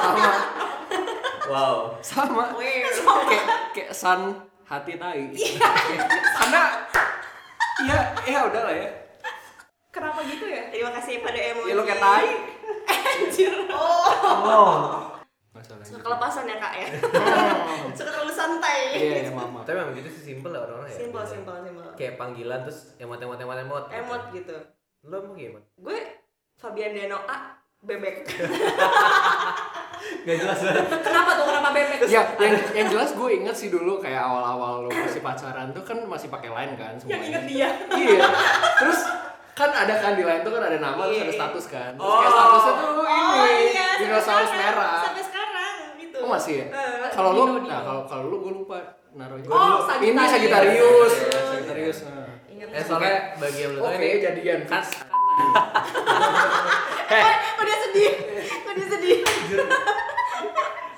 Speaker 5: Sama,
Speaker 3: Wow.
Speaker 5: sama.
Speaker 1: Weird.
Speaker 5: kayak kayak san hati tai.
Speaker 4: Iya.
Speaker 5: Karena ya ya udahlah ya.
Speaker 4: Kenapa gitu ya?
Speaker 1: Terima kasih pada emoji.
Speaker 5: Ya lu kayak tai.
Speaker 1: Anjir. Oh.
Speaker 5: Masalahnya.
Speaker 1: Suka kelepasan ya kak ya. Suka terlalu santai.
Speaker 5: Oh. Iya, ya, mama.
Speaker 3: Tapi memang gitu sih simple lah orang-orang ya.
Speaker 1: Simpel,
Speaker 3: Biasanya.
Speaker 1: simpel, simpel.
Speaker 3: Kayak panggilan terus emot emot emot emot.
Speaker 1: Emot gitu.
Speaker 3: Lo mau gimana?
Speaker 1: Gue Fabian Deno A bebek.
Speaker 3: Gak jelas banget.
Speaker 4: Kenapa tuh kenapa bebek?
Speaker 5: Ya, yang, yang jelas gue inget sih dulu kayak awal-awal lo masih pacaran tuh kan masih pakai line kan
Speaker 1: Yang
Speaker 5: semuanya.
Speaker 1: inget dia.
Speaker 5: Iya. Terus kan ada kan di line tuh kan ada nama terus
Speaker 1: Iya. Oh,
Speaker 5: ada status kan. Terus kayak statusnya tuh "Oh, ini dinosaurus
Speaker 1: sampai sekarang.
Speaker 5: merah.
Speaker 1: Sampai sekarang gitu.
Speaker 5: iya, Oh masih ya?
Speaker 1: Eh,
Speaker 5: Kalau lu,
Speaker 4: Dino,
Speaker 5: nah
Speaker 4: Dino.
Speaker 5: kalau kalau lu gue lupa naruh itu.
Speaker 4: Oh,
Speaker 5: Gua dulu-
Speaker 4: Sagittarius.
Speaker 5: Ini Sagittarius.
Speaker 1: Oh,
Speaker 3: Iya, Ya,
Speaker 5: Sagittarius. nah.
Speaker 1: Ingat.
Speaker 5: Kan.
Speaker 3: Eh soalnya bagi yang lo
Speaker 5: Oke,
Speaker 3: ini
Speaker 5: jadian.
Speaker 3: khas
Speaker 4: Kok dia sedih? Kok dia sedih?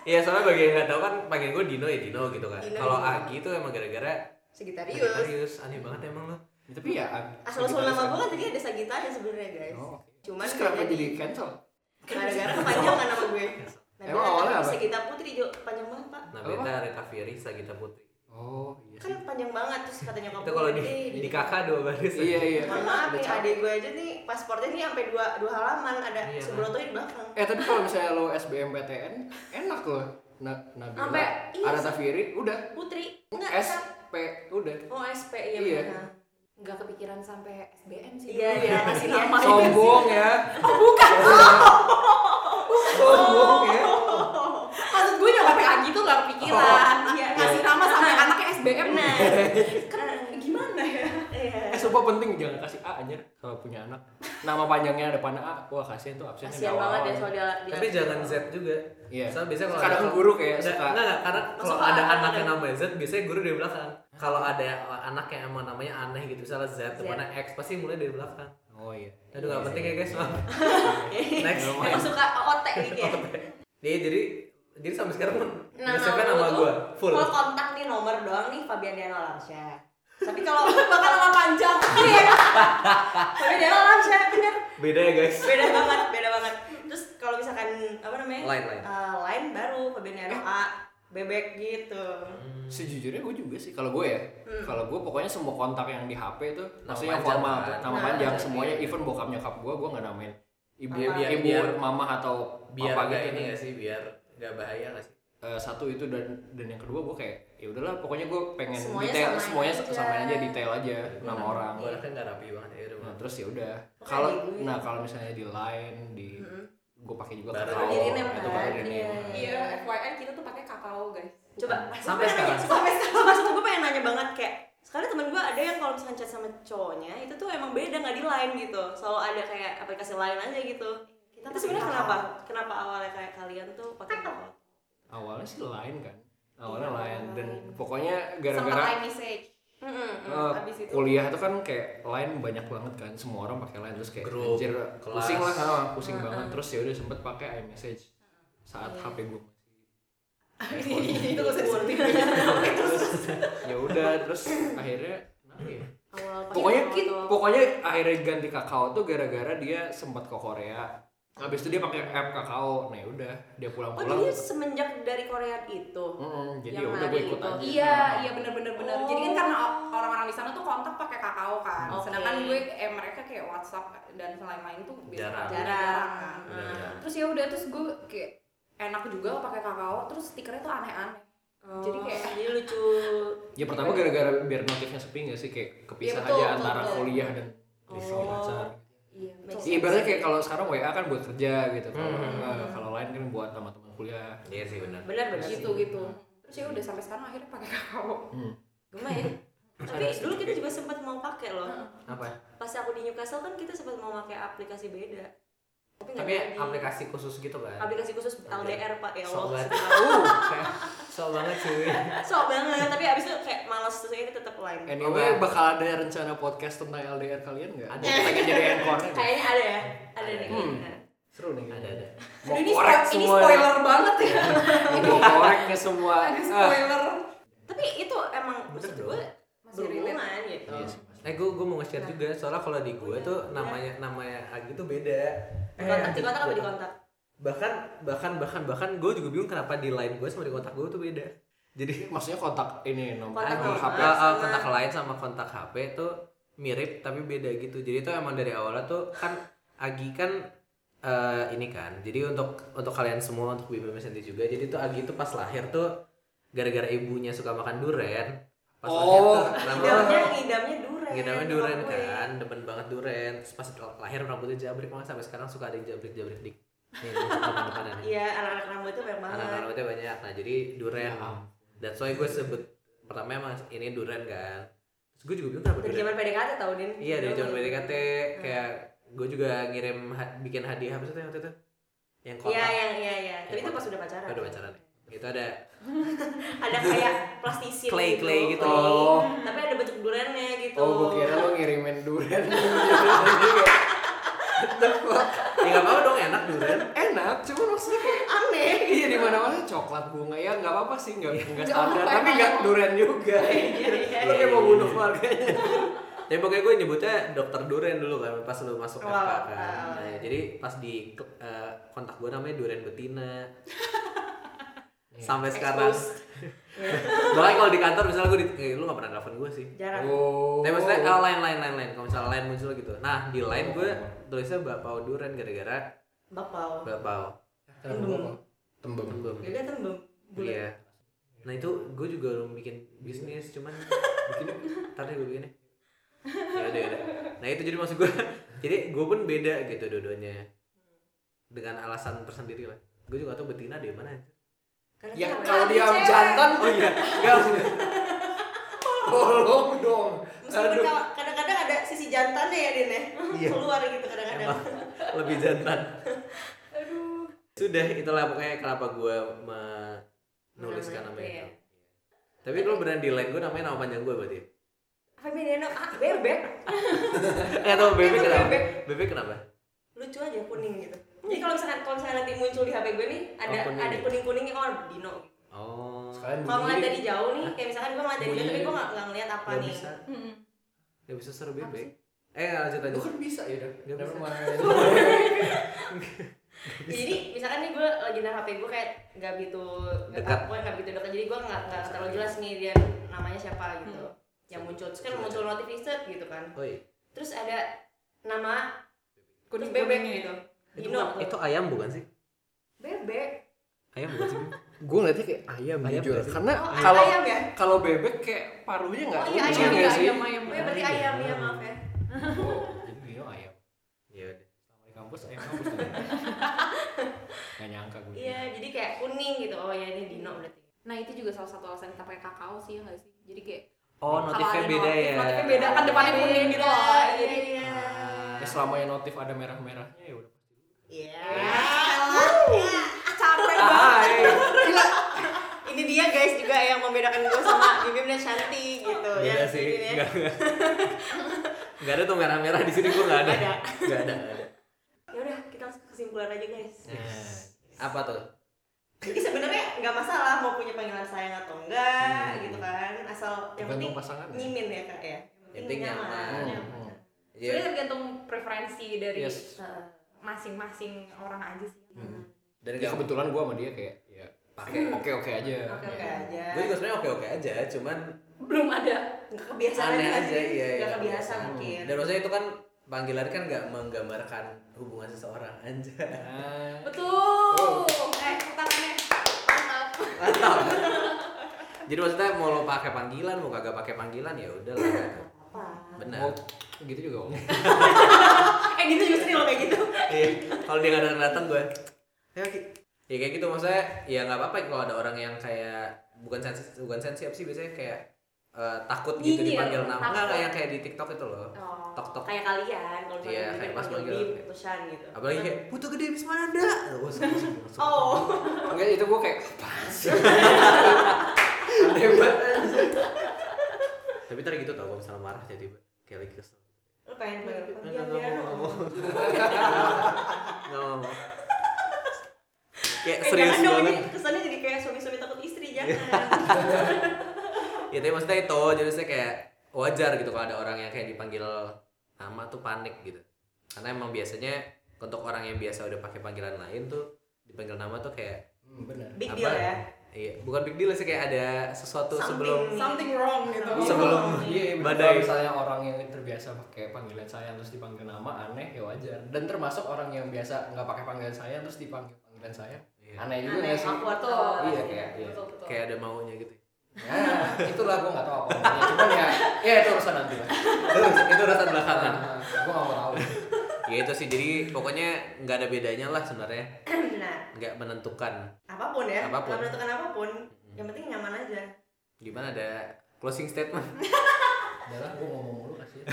Speaker 3: Iya soalnya bagi yang nggak tahu kan panggil gue Dino ya Dino gitu kan.
Speaker 1: Dino,
Speaker 3: Kalau
Speaker 1: Dino.
Speaker 3: Agi itu emang gara-gara
Speaker 1: Sagitarius.
Speaker 3: Sagittarius aneh banget emang lo.
Speaker 5: Tapi ya
Speaker 1: Asal usul nama gue kan tadi ada Sagitarius sebenarnya guys.
Speaker 5: Oh, oke.
Speaker 1: Cuman
Speaker 5: Terus kenapa
Speaker 1: nggak
Speaker 5: jadi cancel?
Speaker 1: gara-gara kepanjangan nama gue. Nah,
Speaker 5: Emang
Speaker 1: dia
Speaker 5: awalnya
Speaker 1: namanya
Speaker 5: apa?
Speaker 1: Sagita Putri Jo panjang banget pak.
Speaker 3: Nabeta Rita Fieri Sagita Putri.
Speaker 5: Oh, iya.
Speaker 1: Kan panjang banget terus kata nyokap
Speaker 3: Itu kalau di,
Speaker 1: "Eh,
Speaker 3: di kakak dua baris.
Speaker 5: Iya, iya.
Speaker 1: Mohon maaf
Speaker 5: Udah
Speaker 1: ya
Speaker 5: capek.
Speaker 1: adik gue aja nih paspornya nih sampai dua dua halaman ada
Speaker 3: Iya.
Speaker 1: sebelum tuh di belakang.
Speaker 5: Eh, tapi kalau misalnya lo SBMPTN enak loh. Na Nabila,
Speaker 4: Sampai, iya,
Speaker 5: Arata Firi, udah.
Speaker 1: Putri enggak Sa-
Speaker 5: SP, udah.
Speaker 1: Oh SP iya.
Speaker 5: Iya.
Speaker 1: benar.
Speaker 4: Nggak kepikiran sampai SBM sih.
Speaker 1: Iya
Speaker 4: dulu.
Speaker 1: iya masih
Speaker 4: Iya.
Speaker 1: nama.
Speaker 5: Sombong ya. Oh, bukan.
Speaker 3: Oh,
Speaker 5: Sombong ya.
Speaker 4: Maksud gue nyokapnya Agi tuh gitu nggak kepikiran.
Speaker 1: Iya.
Speaker 4: Ngasih nama sampai anaknya SBM.
Speaker 1: Benar.
Speaker 4: Gimana ya?
Speaker 1: Iya.
Speaker 5: Eh, sumpah penting jangan kasih A anjir kalau punya anak. Nama panjangnya depan A, wah kasihan tuh absennya
Speaker 1: Kasihan banget ya soal dia. dia-
Speaker 3: Tapi jangan Z juga.
Speaker 5: Iya.
Speaker 3: Soalnya biasanya kalau
Speaker 5: Kadang guru kayak
Speaker 3: enggak,
Speaker 5: suka.
Speaker 3: enggak, enggak, karena kalau
Speaker 1: suka
Speaker 3: ada
Speaker 1: ada.
Speaker 3: anak yang namanya Z biasanya guru dari belakang. Kalau ada anak yang emang namanya aneh gitu misalnya Z, mana X pasti mulai dari belakang.
Speaker 5: Oh iya.
Speaker 3: Aduh nggak penting ya guys maaf. Next.
Speaker 1: Emang suka otek gitu ya.
Speaker 3: Iya jadi jadi sampai sekarang pun
Speaker 1: Nama
Speaker 3: siapa
Speaker 1: gue
Speaker 3: nama
Speaker 1: tuh,
Speaker 3: gue full.
Speaker 1: Kalau kontak nih nomor doang nih Fabian Alamsyah. Tapi kalau
Speaker 4: Bahkan nama panjang.
Speaker 1: Iya. Fabian Alamsyah bener
Speaker 3: Beda ya guys.
Speaker 1: beda banget, beda banget. Terus kalau misalkan apa namanya?
Speaker 3: Lain lain.
Speaker 1: Eh, lain baru Fabian A bebek gitu.
Speaker 5: Sejujurnya gue juga sih kalau gue ya.
Speaker 1: Hmm.
Speaker 5: Kalau gue pokoknya semua kontak yang di HP itu
Speaker 3: Nama
Speaker 5: maksudnya
Speaker 3: panjang
Speaker 5: formal,
Speaker 3: kan?
Speaker 5: nama
Speaker 1: Nah,
Speaker 5: panjang
Speaker 3: iya.
Speaker 5: semuanya even bokap nyokap gue gue nggak namain ibu
Speaker 1: Biar-
Speaker 5: ibu,
Speaker 3: biar-
Speaker 5: ibu,
Speaker 3: biar-
Speaker 5: mama atau
Speaker 3: Biar
Speaker 5: apa
Speaker 3: agak
Speaker 5: gitu
Speaker 3: ini ya. nggak sih biar nggak bahaya nggak sih.
Speaker 5: Eh, satu itu dan dan yang kedua gue kayak ya udahlah pokoknya gue pengen
Speaker 1: Semuanya
Speaker 5: detail
Speaker 1: samain
Speaker 5: semuanya
Speaker 1: aja.
Speaker 5: samain aja detail aja nama orang
Speaker 3: Gue anaknya nggak rapi banget ya udah.
Speaker 5: nah terus ya udah
Speaker 1: Oke,
Speaker 5: kalau
Speaker 1: gue.
Speaker 5: nah kalau misalnya di line di
Speaker 1: Mm-mm.
Speaker 5: gue pakai juga
Speaker 3: Baru
Speaker 5: kakao
Speaker 1: di rename
Speaker 5: itu
Speaker 1: kan?
Speaker 5: baru di rename.
Speaker 1: Iya.
Speaker 4: Iya, FYI kita tuh pakai kakao guys.
Speaker 1: Coba
Speaker 3: Sampai sekarang.
Speaker 1: Nah, Sampai sekarang. Sumpah, sumpah, gue pengen nanya banget kayak sekarang temen gue ada yang kalau misalkan chat sama cowoknya itu tuh emang beda nggak di line gitu selalu ada kayak aplikasi lain aja gitu kita
Speaker 4: pakai
Speaker 1: sebenarnya
Speaker 4: kakao.
Speaker 1: kenapa kenapa awalnya kayak kalian tuh pakai kakao
Speaker 5: awalnya sih line kan awalnya
Speaker 4: Iya,
Speaker 5: line dan
Speaker 4: line.
Speaker 5: pokoknya
Speaker 4: Sama
Speaker 5: gara-gara
Speaker 4: line message.
Speaker 1: Mm-mm.
Speaker 5: Eh,
Speaker 4: Abis itu-
Speaker 5: kuliah itu kan kayak line banyak banget kan semua orang pakai line terus kayak
Speaker 3: Grup,
Speaker 5: anjir
Speaker 3: kelas.
Speaker 5: pusing lah ah, pusing banget terus ya udah sempet pakai iMessage saat
Speaker 1: Iya.
Speaker 5: HP gue
Speaker 4: Itu nggak usah disebutin.
Speaker 5: ya udah terus akhirnya kenapa ya?
Speaker 1: awal pakai
Speaker 5: pokoknya
Speaker 1: kakao
Speaker 5: kit-
Speaker 1: tuh.
Speaker 5: pokoknya akhirnya ganti kakao tuh gara-gara dia sempat ke Korea habis itu dia pakai app kakao nah ya udah dia
Speaker 1: oh
Speaker 5: pulang-pulang
Speaker 1: jadi semenjak dari Korea itu
Speaker 5: Mm-mm, jadi
Speaker 1: yang
Speaker 5: ya udah gue
Speaker 1: lari
Speaker 5: ikut
Speaker 1: itu.
Speaker 5: aja
Speaker 4: Iya, iya bener-bener bener. Jadi kan
Speaker 1: Oh.
Speaker 4: karena orang-orang di sana tuh kontak pakai kakao kan.
Speaker 1: Oke.
Speaker 4: Sedangkan gue eh mereka kayak WhatsApp dan lain-lain tuh biasa
Speaker 3: Jarang.
Speaker 1: Jarang.
Speaker 4: kan.
Speaker 3: Udah, udah.
Speaker 1: Ah.
Speaker 4: Terus ya udah terus gue kayak enak juga pakai kakao, terus stikernya tuh aneh-aneh.
Speaker 1: Oh.
Speaker 4: Jadi kayak
Speaker 1: jadi lucu
Speaker 5: ya pertama gara-gara biar notifnya sepi gak sih kayak kepisah
Speaker 4: betul,
Speaker 5: aja
Speaker 4: betul,
Speaker 5: antara
Speaker 4: betul.
Speaker 5: kuliah dan
Speaker 1: Oh.
Speaker 5: pacar
Speaker 4: Iya,
Speaker 1: Make
Speaker 5: Iya, Ibaratnya kayak kalau sekarang WA kan buat kerja gitu, kalau
Speaker 3: Hmm.
Speaker 5: eh, kalau lain kan buat sama teman kuliah.
Speaker 3: Iya sih benar.
Speaker 1: benar benar
Speaker 4: gitu gitu. Terus ya udah sampai sekarang akhirnya pakai kakao.
Speaker 1: lumayan ya? tapi dulu kita juga sempat mau pakai loh
Speaker 3: Apa? ya?
Speaker 1: pas aku di Newcastle kan kita sempat mau pakai aplikasi beda tapi nggak
Speaker 3: Tapi
Speaker 1: jadi.
Speaker 3: aplikasi khusus gitu kan.
Speaker 1: aplikasi khusus LDR pak ya
Speaker 3: Sok
Speaker 1: Allah
Speaker 3: banget.
Speaker 5: Uh,
Speaker 3: Kayak Sok banget cuy.
Speaker 1: so banget tapi abis itu kayak malas terus ini tetap lain
Speaker 5: Anyway, bakal ada rencana podcast tentang LDR kalian nggak? Ada. Pengen jadi encore
Speaker 1: kayaknya ada ya ada nih Nah.
Speaker 5: Hmm.
Speaker 3: Ah.
Speaker 5: Seru nih.
Speaker 3: Ada ada.
Speaker 5: Mau
Speaker 4: Aduh, ini,
Speaker 5: korek
Speaker 4: spo- ini
Speaker 5: semua.
Speaker 4: spoiler banget ya.
Speaker 5: Mau korek ke semua.
Speaker 4: Ini
Speaker 5: Ah,
Speaker 4: spoiler.
Speaker 1: tapi itu emang
Speaker 3: Bener
Speaker 1: maksud
Speaker 3: dong.
Speaker 1: gue
Speaker 4: Masih relate.
Speaker 1: berhubungan gitu
Speaker 5: Iya sih.
Speaker 3: Eh gue gue mau nge-share juga soalnya kalau di gue tuh namanya namanya Agi tuh beda.
Speaker 1: kontak Iya. di
Speaker 3: anjing,
Speaker 1: kontak apa
Speaker 3: gua-
Speaker 1: di kontak
Speaker 3: Bahkan bahkan bahkan bahkan gue juga bingung kenapa di line gue sama di kontak gue tuh beda. Jadi
Speaker 5: Maksudnya kontak ini nomor
Speaker 1: Kontak
Speaker 5: nomor
Speaker 1: normal.
Speaker 5: HP.
Speaker 3: eh, eh,
Speaker 1: sama-
Speaker 3: kontak lain sama kontak HP tuh mirip tapi beda gitu. Jadi tuh emang dari awalnya tuh kan Agi kan eh, ini kan. Jadi untuk untuk kalian semua untuk Bibi Mesenti juga. Jadi tuh Agi tuh pas lahir tuh gara-gara ibunya suka makan duren. Pas
Speaker 5: Oh.
Speaker 3: lahir tuh
Speaker 1: ngidamnya ngidamnya duren
Speaker 3: Iya. Ngidamnya duren
Speaker 1: nyokap gue.
Speaker 3: kan, demen banget duren. Terus pas lahir rambutnya jabrik banget sampai sekarang suka ada yang jabrik-jabrik dik. Nih, depan
Speaker 1: iya anak-anak rambut itu banyak
Speaker 3: Anak
Speaker 1: banget
Speaker 3: rambutnya banyak. Nah, jadi duren.
Speaker 1: Iya.
Speaker 3: That's why gue sebut pertama emang ini duren kan. Terus gue juga bingung kenapa
Speaker 1: dari
Speaker 3: duren.
Speaker 1: zaman PDKT tau din
Speaker 3: Iya, dari zaman
Speaker 1: Dulu. Ah.
Speaker 3: PDKT kayak gue juga ngirim ha- bikin hadiah apa sih tuh yang waktu itu? Yang kotak.
Speaker 1: iya yang iya iya tapi itu pas udah pacaran
Speaker 3: Udah pacaran. Itu ada
Speaker 1: ada kayak plastisin
Speaker 3: Clay-
Speaker 1: gitu.
Speaker 3: clay gitu. Oh,
Speaker 5: Oh.
Speaker 1: tapi ada bentuk durennya gitu
Speaker 5: Oh, gue kira lo ngirimin durian.
Speaker 3: ya nggak apa-apa dong enak durian
Speaker 5: enak cuma maksudnya kayak
Speaker 1: aneh
Speaker 5: iya di mana mana coklat bunga ya nggak apa-apa sih nggak nggak standar
Speaker 4: apa-apa
Speaker 5: tapi nggak
Speaker 4: emang.
Speaker 5: durian juga
Speaker 1: Iya.
Speaker 5: lo kayak mau bunuh keluarganya
Speaker 3: tapi pokoknya Iya. gue nyebutnya dokter durian dulu kan pas lu masuk
Speaker 1: Oh,
Speaker 3: FK kan
Speaker 1: ah.
Speaker 3: Nah, jadi pas di ke- eh, kontak gue namanya durian betina sampai sekarang bahkan kalau di kantor misalnya gue di, eh, lu gak pernah telepon gue sih
Speaker 1: jarang
Speaker 5: oh Oh.
Speaker 3: tapi maksudnya oh, lain lain lain lain kalau misalnya lain muncul gitu nah di lain gue tulisnya bapau durian gara-gara
Speaker 1: bapau
Speaker 3: bapau
Speaker 5: tembem tembem
Speaker 3: Tembem.
Speaker 1: ya kan tembem bulat
Speaker 3: Iya. Nah itu gue juga belum bikin bisnis, cuman bikin ntar deh gue bikinnya. Ya udah, ya udah. Nah itu jadi maksud gue, jadi gue pun beda gitu dua-duanya dengan alasan tersendiri lah. Gue juga gak tau betina dari mana.
Speaker 1: karena kan
Speaker 5: ya
Speaker 1: cewek.
Speaker 3: kan.
Speaker 5: kalau dia
Speaker 4: Cewek.
Speaker 5: jantan
Speaker 3: Oh iya, enggak maksudnya.
Speaker 5: tolong dong
Speaker 1: Meskipun
Speaker 5: aduh
Speaker 1: kalau- kadang-kadang ada sisi jantannya ya Din ya
Speaker 3: Iya.
Speaker 1: keluar gitu kadang-kadang
Speaker 3: Emang lebih jantan. Sudah itulah pokoknya kenapa gue menuliskan
Speaker 1: Nama
Speaker 3: namanya.
Speaker 1: itu ya.
Speaker 3: itu. Tapi kalau beneran di line gue namanya nama panjang gue berarti.
Speaker 1: Feminino ah bebek
Speaker 3: Eh atau bebek kenapa?
Speaker 1: Bebek.
Speaker 3: Bebek kenapa?
Speaker 1: lucu aja kuning gitu jadi kalau misalkan kalau misalkan nanti muncul di HP gue nih ada
Speaker 3: Oh, kuning.
Speaker 1: ada kuning kuningnya oh Dino
Speaker 3: Oh.
Speaker 5: sekalian
Speaker 1: kalau ngeliat dari
Speaker 5: bunyi
Speaker 1: jauh nih kayak misalkan gue ngeliat dari jauh tapi
Speaker 5: Bunyi.
Speaker 1: gue nggak nggak ngeliat apa
Speaker 3: Gak
Speaker 1: nih
Speaker 3: bisa.
Speaker 4: Hmm.
Speaker 3: Gak bisa seru bebek. Eh lanjut
Speaker 5: lu
Speaker 3: lanjut.
Speaker 5: kan bisa ya udah
Speaker 3: Nggak
Speaker 5: Never
Speaker 3: bisa.
Speaker 5: mind.
Speaker 1: jadi misalkan nih gue lagi naruh HP gue kayak nggak gitu
Speaker 3: Dekat.
Speaker 1: gue nggak gitu dekat jadi gue nggak nggak terlalu jelas nih dia namanya siapa gitu
Speaker 4: Hmm.
Speaker 1: yang muncul terus kan muncul notif insert gitu kan
Speaker 3: Oi.
Speaker 1: terus ada nama terus
Speaker 4: Kuning
Speaker 1: bebek
Speaker 4: kuningnya.
Speaker 1: gitu
Speaker 3: Itu,
Speaker 1: Dino
Speaker 3: itu ayam bukan sih?
Speaker 1: bebek
Speaker 3: Ayam bukan sih?
Speaker 5: gue ngeliatnya kayak ayam,
Speaker 3: Ayam
Speaker 5: jujur
Speaker 3: nggak sih?
Speaker 5: karena
Speaker 1: Oh,
Speaker 5: kalau
Speaker 1: ayam ya?
Speaker 5: kalau bebek kayak paruhnya nggak
Speaker 1: Oh, iya,
Speaker 5: lucu
Speaker 1: ayam,
Speaker 5: nggak
Speaker 1: iya,
Speaker 5: sih
Speaker 4: ayam, ayam.
Speaker 1: Oh ya berarti ayam ya maaf ya
Speaker 5: Oh, jadi Dino ayam
Speaker 3: Iya udah.
Speaker 5: Selama di kampus ayam kampus tuh. nggak nyangka gue
Speaker 1: iya jadi kayak kuning gitu oh ya ini Dino berarti
Speaker 4: Nah itu juga salah satu alasan kita pakai kakao sih ya nggak sih? Jadi kayak
Speaker 3: Oh
Speaker 4: Kalau
Speaker 3: notifnya
Speaker 4: ada
Speaker 3: beda
Speaker 4: notif,
Speaker 3: ya.
Speaker 4: notifnya beda kan depannya kuning gitu loh.
Speaker 1: Iya,
Speaker 4: Jadi
Speaker 1: iya.
Speaker 5: ya, selama yang notif ada merah merahnya ya udah
Speaker 1: Iya.
Speaker 4: capek
Speaker 3: Ah,
Speaker 4: banget.
Speaker 3: iya.
Speaker 1: Ini dia guys juga yang membedakan gue sama Bibim dan Shanti gitu.
Speaker 3: Beda
Speaker 1: Ya,
Speaker 3: Iya sih.
Speaker 1: gini ya.
Speaker 3: Enggak. Enggak ada tuh merah-merah di sini gue enggak ada.
Speaker 1: Ada.
Speaker 3: Enggak ada. nggak ada.
Speaker 1: Ya udah kita langsung kesimpulan aja guys.
Speaker 3: Nah, apa tuh?
Speaker 1: Jadi sebenarnya nggak masalah mau punya panggilan sayang atau enggak
Speaker 3: Hmm.
Speaker 1: gitu kan, asal yang penting
Speaker 5: tergantung pasangan ya.
Speaker 1: nyimin ya kak ya.
Speaker 3: Yang penting nyaman.
Speaker 5: Hmm,
Speaker 1: Nyaman.
Speaker 5: hmm.
Speaker 3: Iya.
Speaker 4: Sebenarnya tergantung preferensi dari eh,
Speaker 5: yes
Speaker 1: Heeh.
Speaker 4: masing-masing orang aja sih.
Speaker 5: Hmm.
Speaker 3: Dan
Speaker 5: Jadi
Speaker 3: nggak
Speaker 5: kebetulan gue sama dia kayak ya pakai
Speaker 1: Hmm,
Speaker 5: oke oke
Speaker 1: Oke
Speaker 5: aja
Speaker 3: Iya.
Speaker 1: oke aja.
Speaker 3: Gue juga sebenarnya oke-oke aja, cuman
Speaker 4: Belum ada.
Speaker 1: Nggak kebiasaan
Speaker 3: Aneh
Speaker 1: nggak sih?
Speaker 3: aja, iya, iya,
Speaker 1: Nggak kebiasaan
Speaker 3: kebiasaan.
Speaker 1: mungkin.
Speaker 3: dan maksudnya itu kan panggilan kan nggak menggambarkan hubungan seseorang aja.
Speaker 5: Nah,
Speaker 4: Betul. Eh, tangannya. Mantap.
Speaker 3: Jadi maksudnya mau lo pakai panggilan, mau kagak pakai panggilan ya udah lah.
Speaker 1: Apa?
Speaker 3: Benar.
Speaker 5: mau gitu juga om
Speaker 1: Eh gitu juga sering loh kayak gitu.
Speaker 3: Iya. Kalau dia nggak datang datang gue, ya Ya kayak gitu maksudnya ya nggak apa-apa kalau ada orang yang kayak bukan sensi bukan sensi apa sih biasanya kayak eh, takut gitu
Speaker 4: Nyinyir,
Speaker 3: dipanggil nama
Speaker 4: takut.
Speaker 3: nggak nggak, yang kayak di TikTok itu loh
Speaker 1: ya, Oh,
Speaker 3: Tok, tok.
Speaker 1: Kayak kalian kalau misalnya
Speaker 3: Iya,
Speaker 1: yeah,
Speaker 3: kayak
Speaker 1: kayak
Speaker 3: pas
Speaker 1: pas
Speaker 3: manggil.
Speaker 1: gitu. Shan gitu.
Speaker 3: apalagi kayak putu gede Bismanda oh, masuk, masuk, masuk.
Speaker 1: Oh,
Speaker 5: enggak itu gue kayak apaan sih
Speaker 3: Aneh banget. tapi ntar gitu tau kalau misalnya marah jadi kayak lagi kesel
Speaker 1: lu pengen pengen
Speaker 3: nggak
Speaker 1: pengen
Speaker 3: mau
Speaker 1: dia
Speaker 3: nggak mau
Speaker 1: dong.
Speaker 3: nggak mau kayak
Speaker 1: Eh,
Speaker 3: serius
Speaker 1: jangan dong
Speaker 3: banget Iya.
Speaker 1: ini kesannya jadi kayak suami-suami takut istri jangan.
Speaker 3: ya tapi maksudnya itu jadi saya kayak wajar gitu kalau ada orang yang kayak dipanggil nama tuh panik gitu karena emang biasanya untuk orang yang biasa udah pakai panggilan lain tuh dipanggil nama tuh kayak
Speaker 5: Hmm, benar
Speaker 1: Big
Speaker 3: Apa?
Speaker 1: deal ya.
Speaker 3: iya bukan big deal sih kayak ada sesuatu
Speaker 1: Something.
Speaker 3: sebelum
Speaker 4: Something wrong gitu.
Speaker 3: Sebelum badai.
Speaker 5: iya, badai misalnya orang yang terbiasa pakai panggilan sayang terus dipanggil nama aneh ya wajar dan termasuk orang yang biasa nggak pakai panggilan sayang terus dipanggil panggilan sayang
Speaker 3: Iya.
Speaker 5: aneh juga
Speaker 1: Aneh,
Speaker 5: nggak sih
Speaker 1: awkward
Speaker 4: Betul.
Speaker 1: tuh.
Speaker 5: Iya, kayak- iya.
Speaker 4: Betul, betul.
Speaker 3: kayak ada maunya gitu
Speaker 5: nah itulah gue nggak tahu apa namanya cuman ya ya itu urusan nanti lah
Speaker 3: itu itu urusan belakangan
Speaker 5: gue nggak mau tahu
Speaker 3: ya itu sih jadi pokoknya nggak ada bedanya lah sebenarnya
Speaker 1: Nah,
Speaker 3: nggak menentukan
Speaker 1: apapun ya.
Speaker 3: Apapun.
Speaker 1: Nggak menentukan apapun. Yang penting nyaman aja.
Speaker 3: gimana ada closing statement
Speaker 5: adalah gue ngomong mulu kasih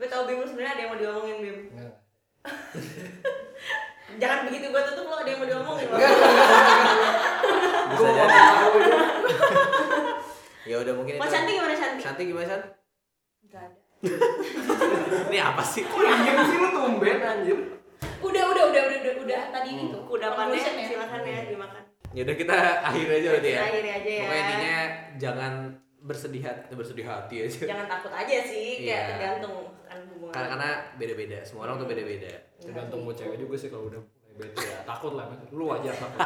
Speaker 1: Gue tau Bim lu sebenarnya ada yang mau diomongin Bim.
Speaker 5: Enggak.
Speaker 1: Jangan begitu gue tutup lo ada yang mau diomongin lo.
Speaker 3: bisa jadi ya udah mungkin
Speaker 1: Mau
Speaker 3: itu Ya
Speaker 1: Shanti gimana Shanti?
Speaker 3: Shanti gimana Shan?
Speaker 4: Nggak ada.
Speaker 3: ini apa sih
Speaker 5: Kok diem sih lu tumben anjir?
Speaker 4: Udah, udah, udah, udah, udah, udah. tadi
Speaker 5: Hmm.
Speaker 4: itu.
Speaker 1: kudapannya
Speaker 4: Conclusion ya.
Speaker 1: silakan ya dimakan
Speaker 3: ya udah kita akhir aja berarti ya
Speaker 1: Akhiri aja ya.
Speaker 3: pokoknya intinya jangan bersedih hati bersedih hati aja
Speaker 1: jangan takut aja sih kayak
Speaker 3: Iya.
Speaker 1: tergantung kan hubungan
Speaker 3: karena karena beda-beda semua orang tuh beda-beda
Speaker 5: Tergantung mau cewek juga sih kalau udah mulai bete ya. Takut lah, lu wajar takut.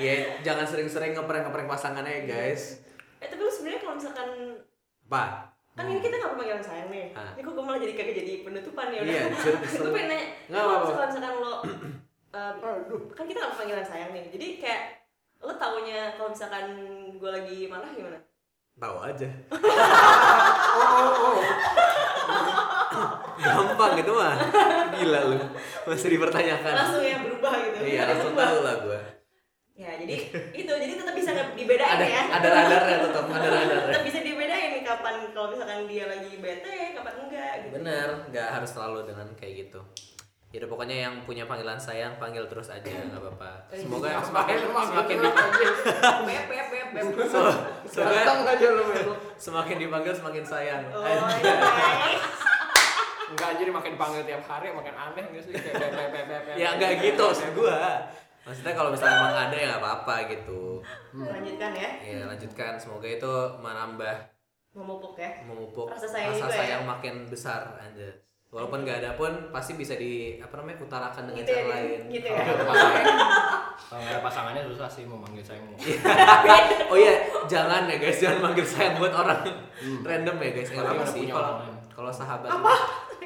Speaker 3: ya jangan sering-sering ngeprank ngeprank pasangannya ya guys
Speaker 1: eh tapi lu sebenarnya kalau misalkan
Speaker 3: apa
Speaker 1: kan ini kita nggak pernah panggilan sayang nih
Speaker 3: Hmm. Ah.
Speaker 1: ini kok gue malah jadi kagak jadi penutupan ya udah
Speaker 3: iya jujur
Speaker 1: gue pengen nanya
Speaker 3: Nggak,
Speaker 1: kalau
Speaker 3: apa-apa.
Speaker 1: misalkan- misalkan lo um, kan kita nggak pernah panggilan sayang nih jadi kayak lo taunya kalau misalkan gue lagi marah gimana
Speaker 3: tahu aja gampang itu mah gila lu masih dipertanyakan
Speaker 1: langsung ya berubah gitu
Speaker 3: iya langsung
Speaker 1: Berubah.
Speaker 3: tahu lah gua
Speaker 1: ya jadi itu jadi tetap bisa nge- dibedain
Speaker 3: ada
Speaker 1: ya
Speaker 3: ada radarnya tetap ada radarnya
Speaker 1: tetap bisa dibedain nih kapan kalau misalkan dia lagi bete kapan enggak gitu
Speaker 3: bener nggak harus selalu dengan kayak gitu Yaudah pokoknya yang punya panggilan sayang panggil terus aja nggak apa-apa
Speaker 5: Iya.
Speaker 3: semoga semakin semakin di-
Speaker 4: Beb, beb, beb, beb.
Speaker 3: semoga
Speaker 5: aja lu belok.
Speaker 3: semakin dipanggil semakin sayang Eh,
Speaker 1: oh iya
Speaker 5: Enggak anjir makin dipanggil tiap hari makin aneh enggak sih kayak beb beb beb, beb, beb.
Speaker 3: ya nggak gitu maksud gua maksudnya kalau misalnya emang ada ya nggak apa-apa gitu
Speaker 1: lanjutkan ya
Speaker 3: ya lanjutkan semoga itu menambah
Speaker 1: memupuk ya
Speaker 3: memupuk
Speaker 1: Rasa sayang juga ya.
Speaker 3: sayang makin besar aja walaupun nggak ada pun pasti bisa di apa namanya utarakan dengan
Speaker 1: gitu ya
Speaker 3: cara lain
Speaker 1: gitu
Speaker 5: Kalau
Speaker 1: ya
Speaker 5: ada pasangannya- Kalau ada pasangannya susah sih memanggil saya mau.
Speaker 3: oh iya jangan ya guys jangan manggil sayang buat orang random ya guys
Speaker 5: Kalau
Speaker 3: kalau
Speaker 5: mana
Speaker 3: sih
Speaker 5: punya
Speaker 3: kalau
Speaker 5: orang lain.
Speaker 3: kalau sahabat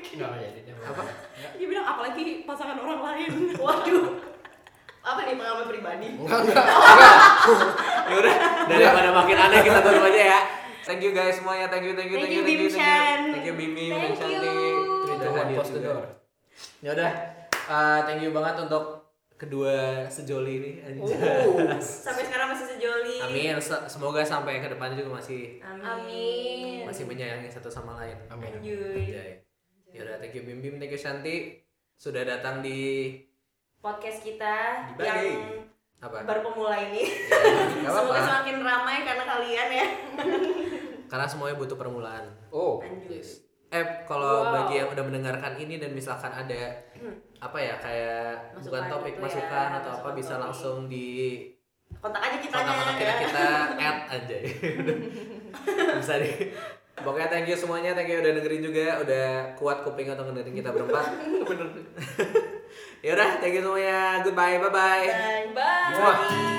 Speaker 5: Enggak jadi. Apa?
Speaker 4: Dia bilang apalagi pasangan orang lain.
Speaker 1: waduh apa nih pengalaman pribadi
Speaker 5: Enggak enggak.
Speaker 3: ya udah daripada makin aneh kita tutup aja ya thank you guys semuanya thank you thank you thank you thank you thank you Bimi dan
Speaker 1: Thank you.
Speaker 3: Shanti
Speaker 5: Itu
Speaker 3: udah
Speaker 5: one
Speaker 3: hadir
Speaker 5: close the
Speaker 3: juga.
Speaker 5: door.
Speaker 3: ya udah eh, thank you banget untuk kedua sejoli ini anjay.
Speaker 1: sampai sekarang masih sejoli
Speaker 3: amin Se- semoga sampai ke depannya juga masih
Speaker 1: Amin.
Speaker 3: masih menyayangi satu sama lain
Speaker 5: Amin.
Speaker 1: Anjuy.
Speaker 3: Anjay. Ya udah thank you Bim Bim, thank you Shanti sudah datang di
Speaker 1: Podcast kita
Speaker 3: Di Bali.
Speaker 1: yang
Speaker 3: apa?
Speaker 1: baru pemula ini.
Speaker 3: Ya, nggak
Speaker 1: Semoga
Speaker 3: apa-apa.
Speaker 1: semakin ramai karena kalian ya.
Speaker 3: Karena semuanya butuh permulaan.
Speaker 5: Oh.
Speaker 1: Anjir.
Speaker 3: Yes. Eh, kalau
Speaker 4: Wow.
Speaker 3: bagi yang udah mendengarkan ini dan misalkan ada apa ya kayak
Speaker 1: Hmm. Masukan
Speaker 3: bukan topik
Speaker 1: gitu ya,
Speaker 3: masukan atau apa
Speaker 1: masukan
Speaker 3: bisa
Speaker 1: topik.
Speaker 3: langsung di
Speaker 1: Kontak aja ya. kita
Speaker 3: kontak-kontak kita kita add aja. ya. bisa di Pokoknya thank you semuanya, thank you udah dengerin juga, udah kuat kuping atau dengerin kita berempat. Bener. ya udah, thank you semuanya. Goodbye, bye-bye.
Speaker 1: Dan bye.
Speaker 3: Bye.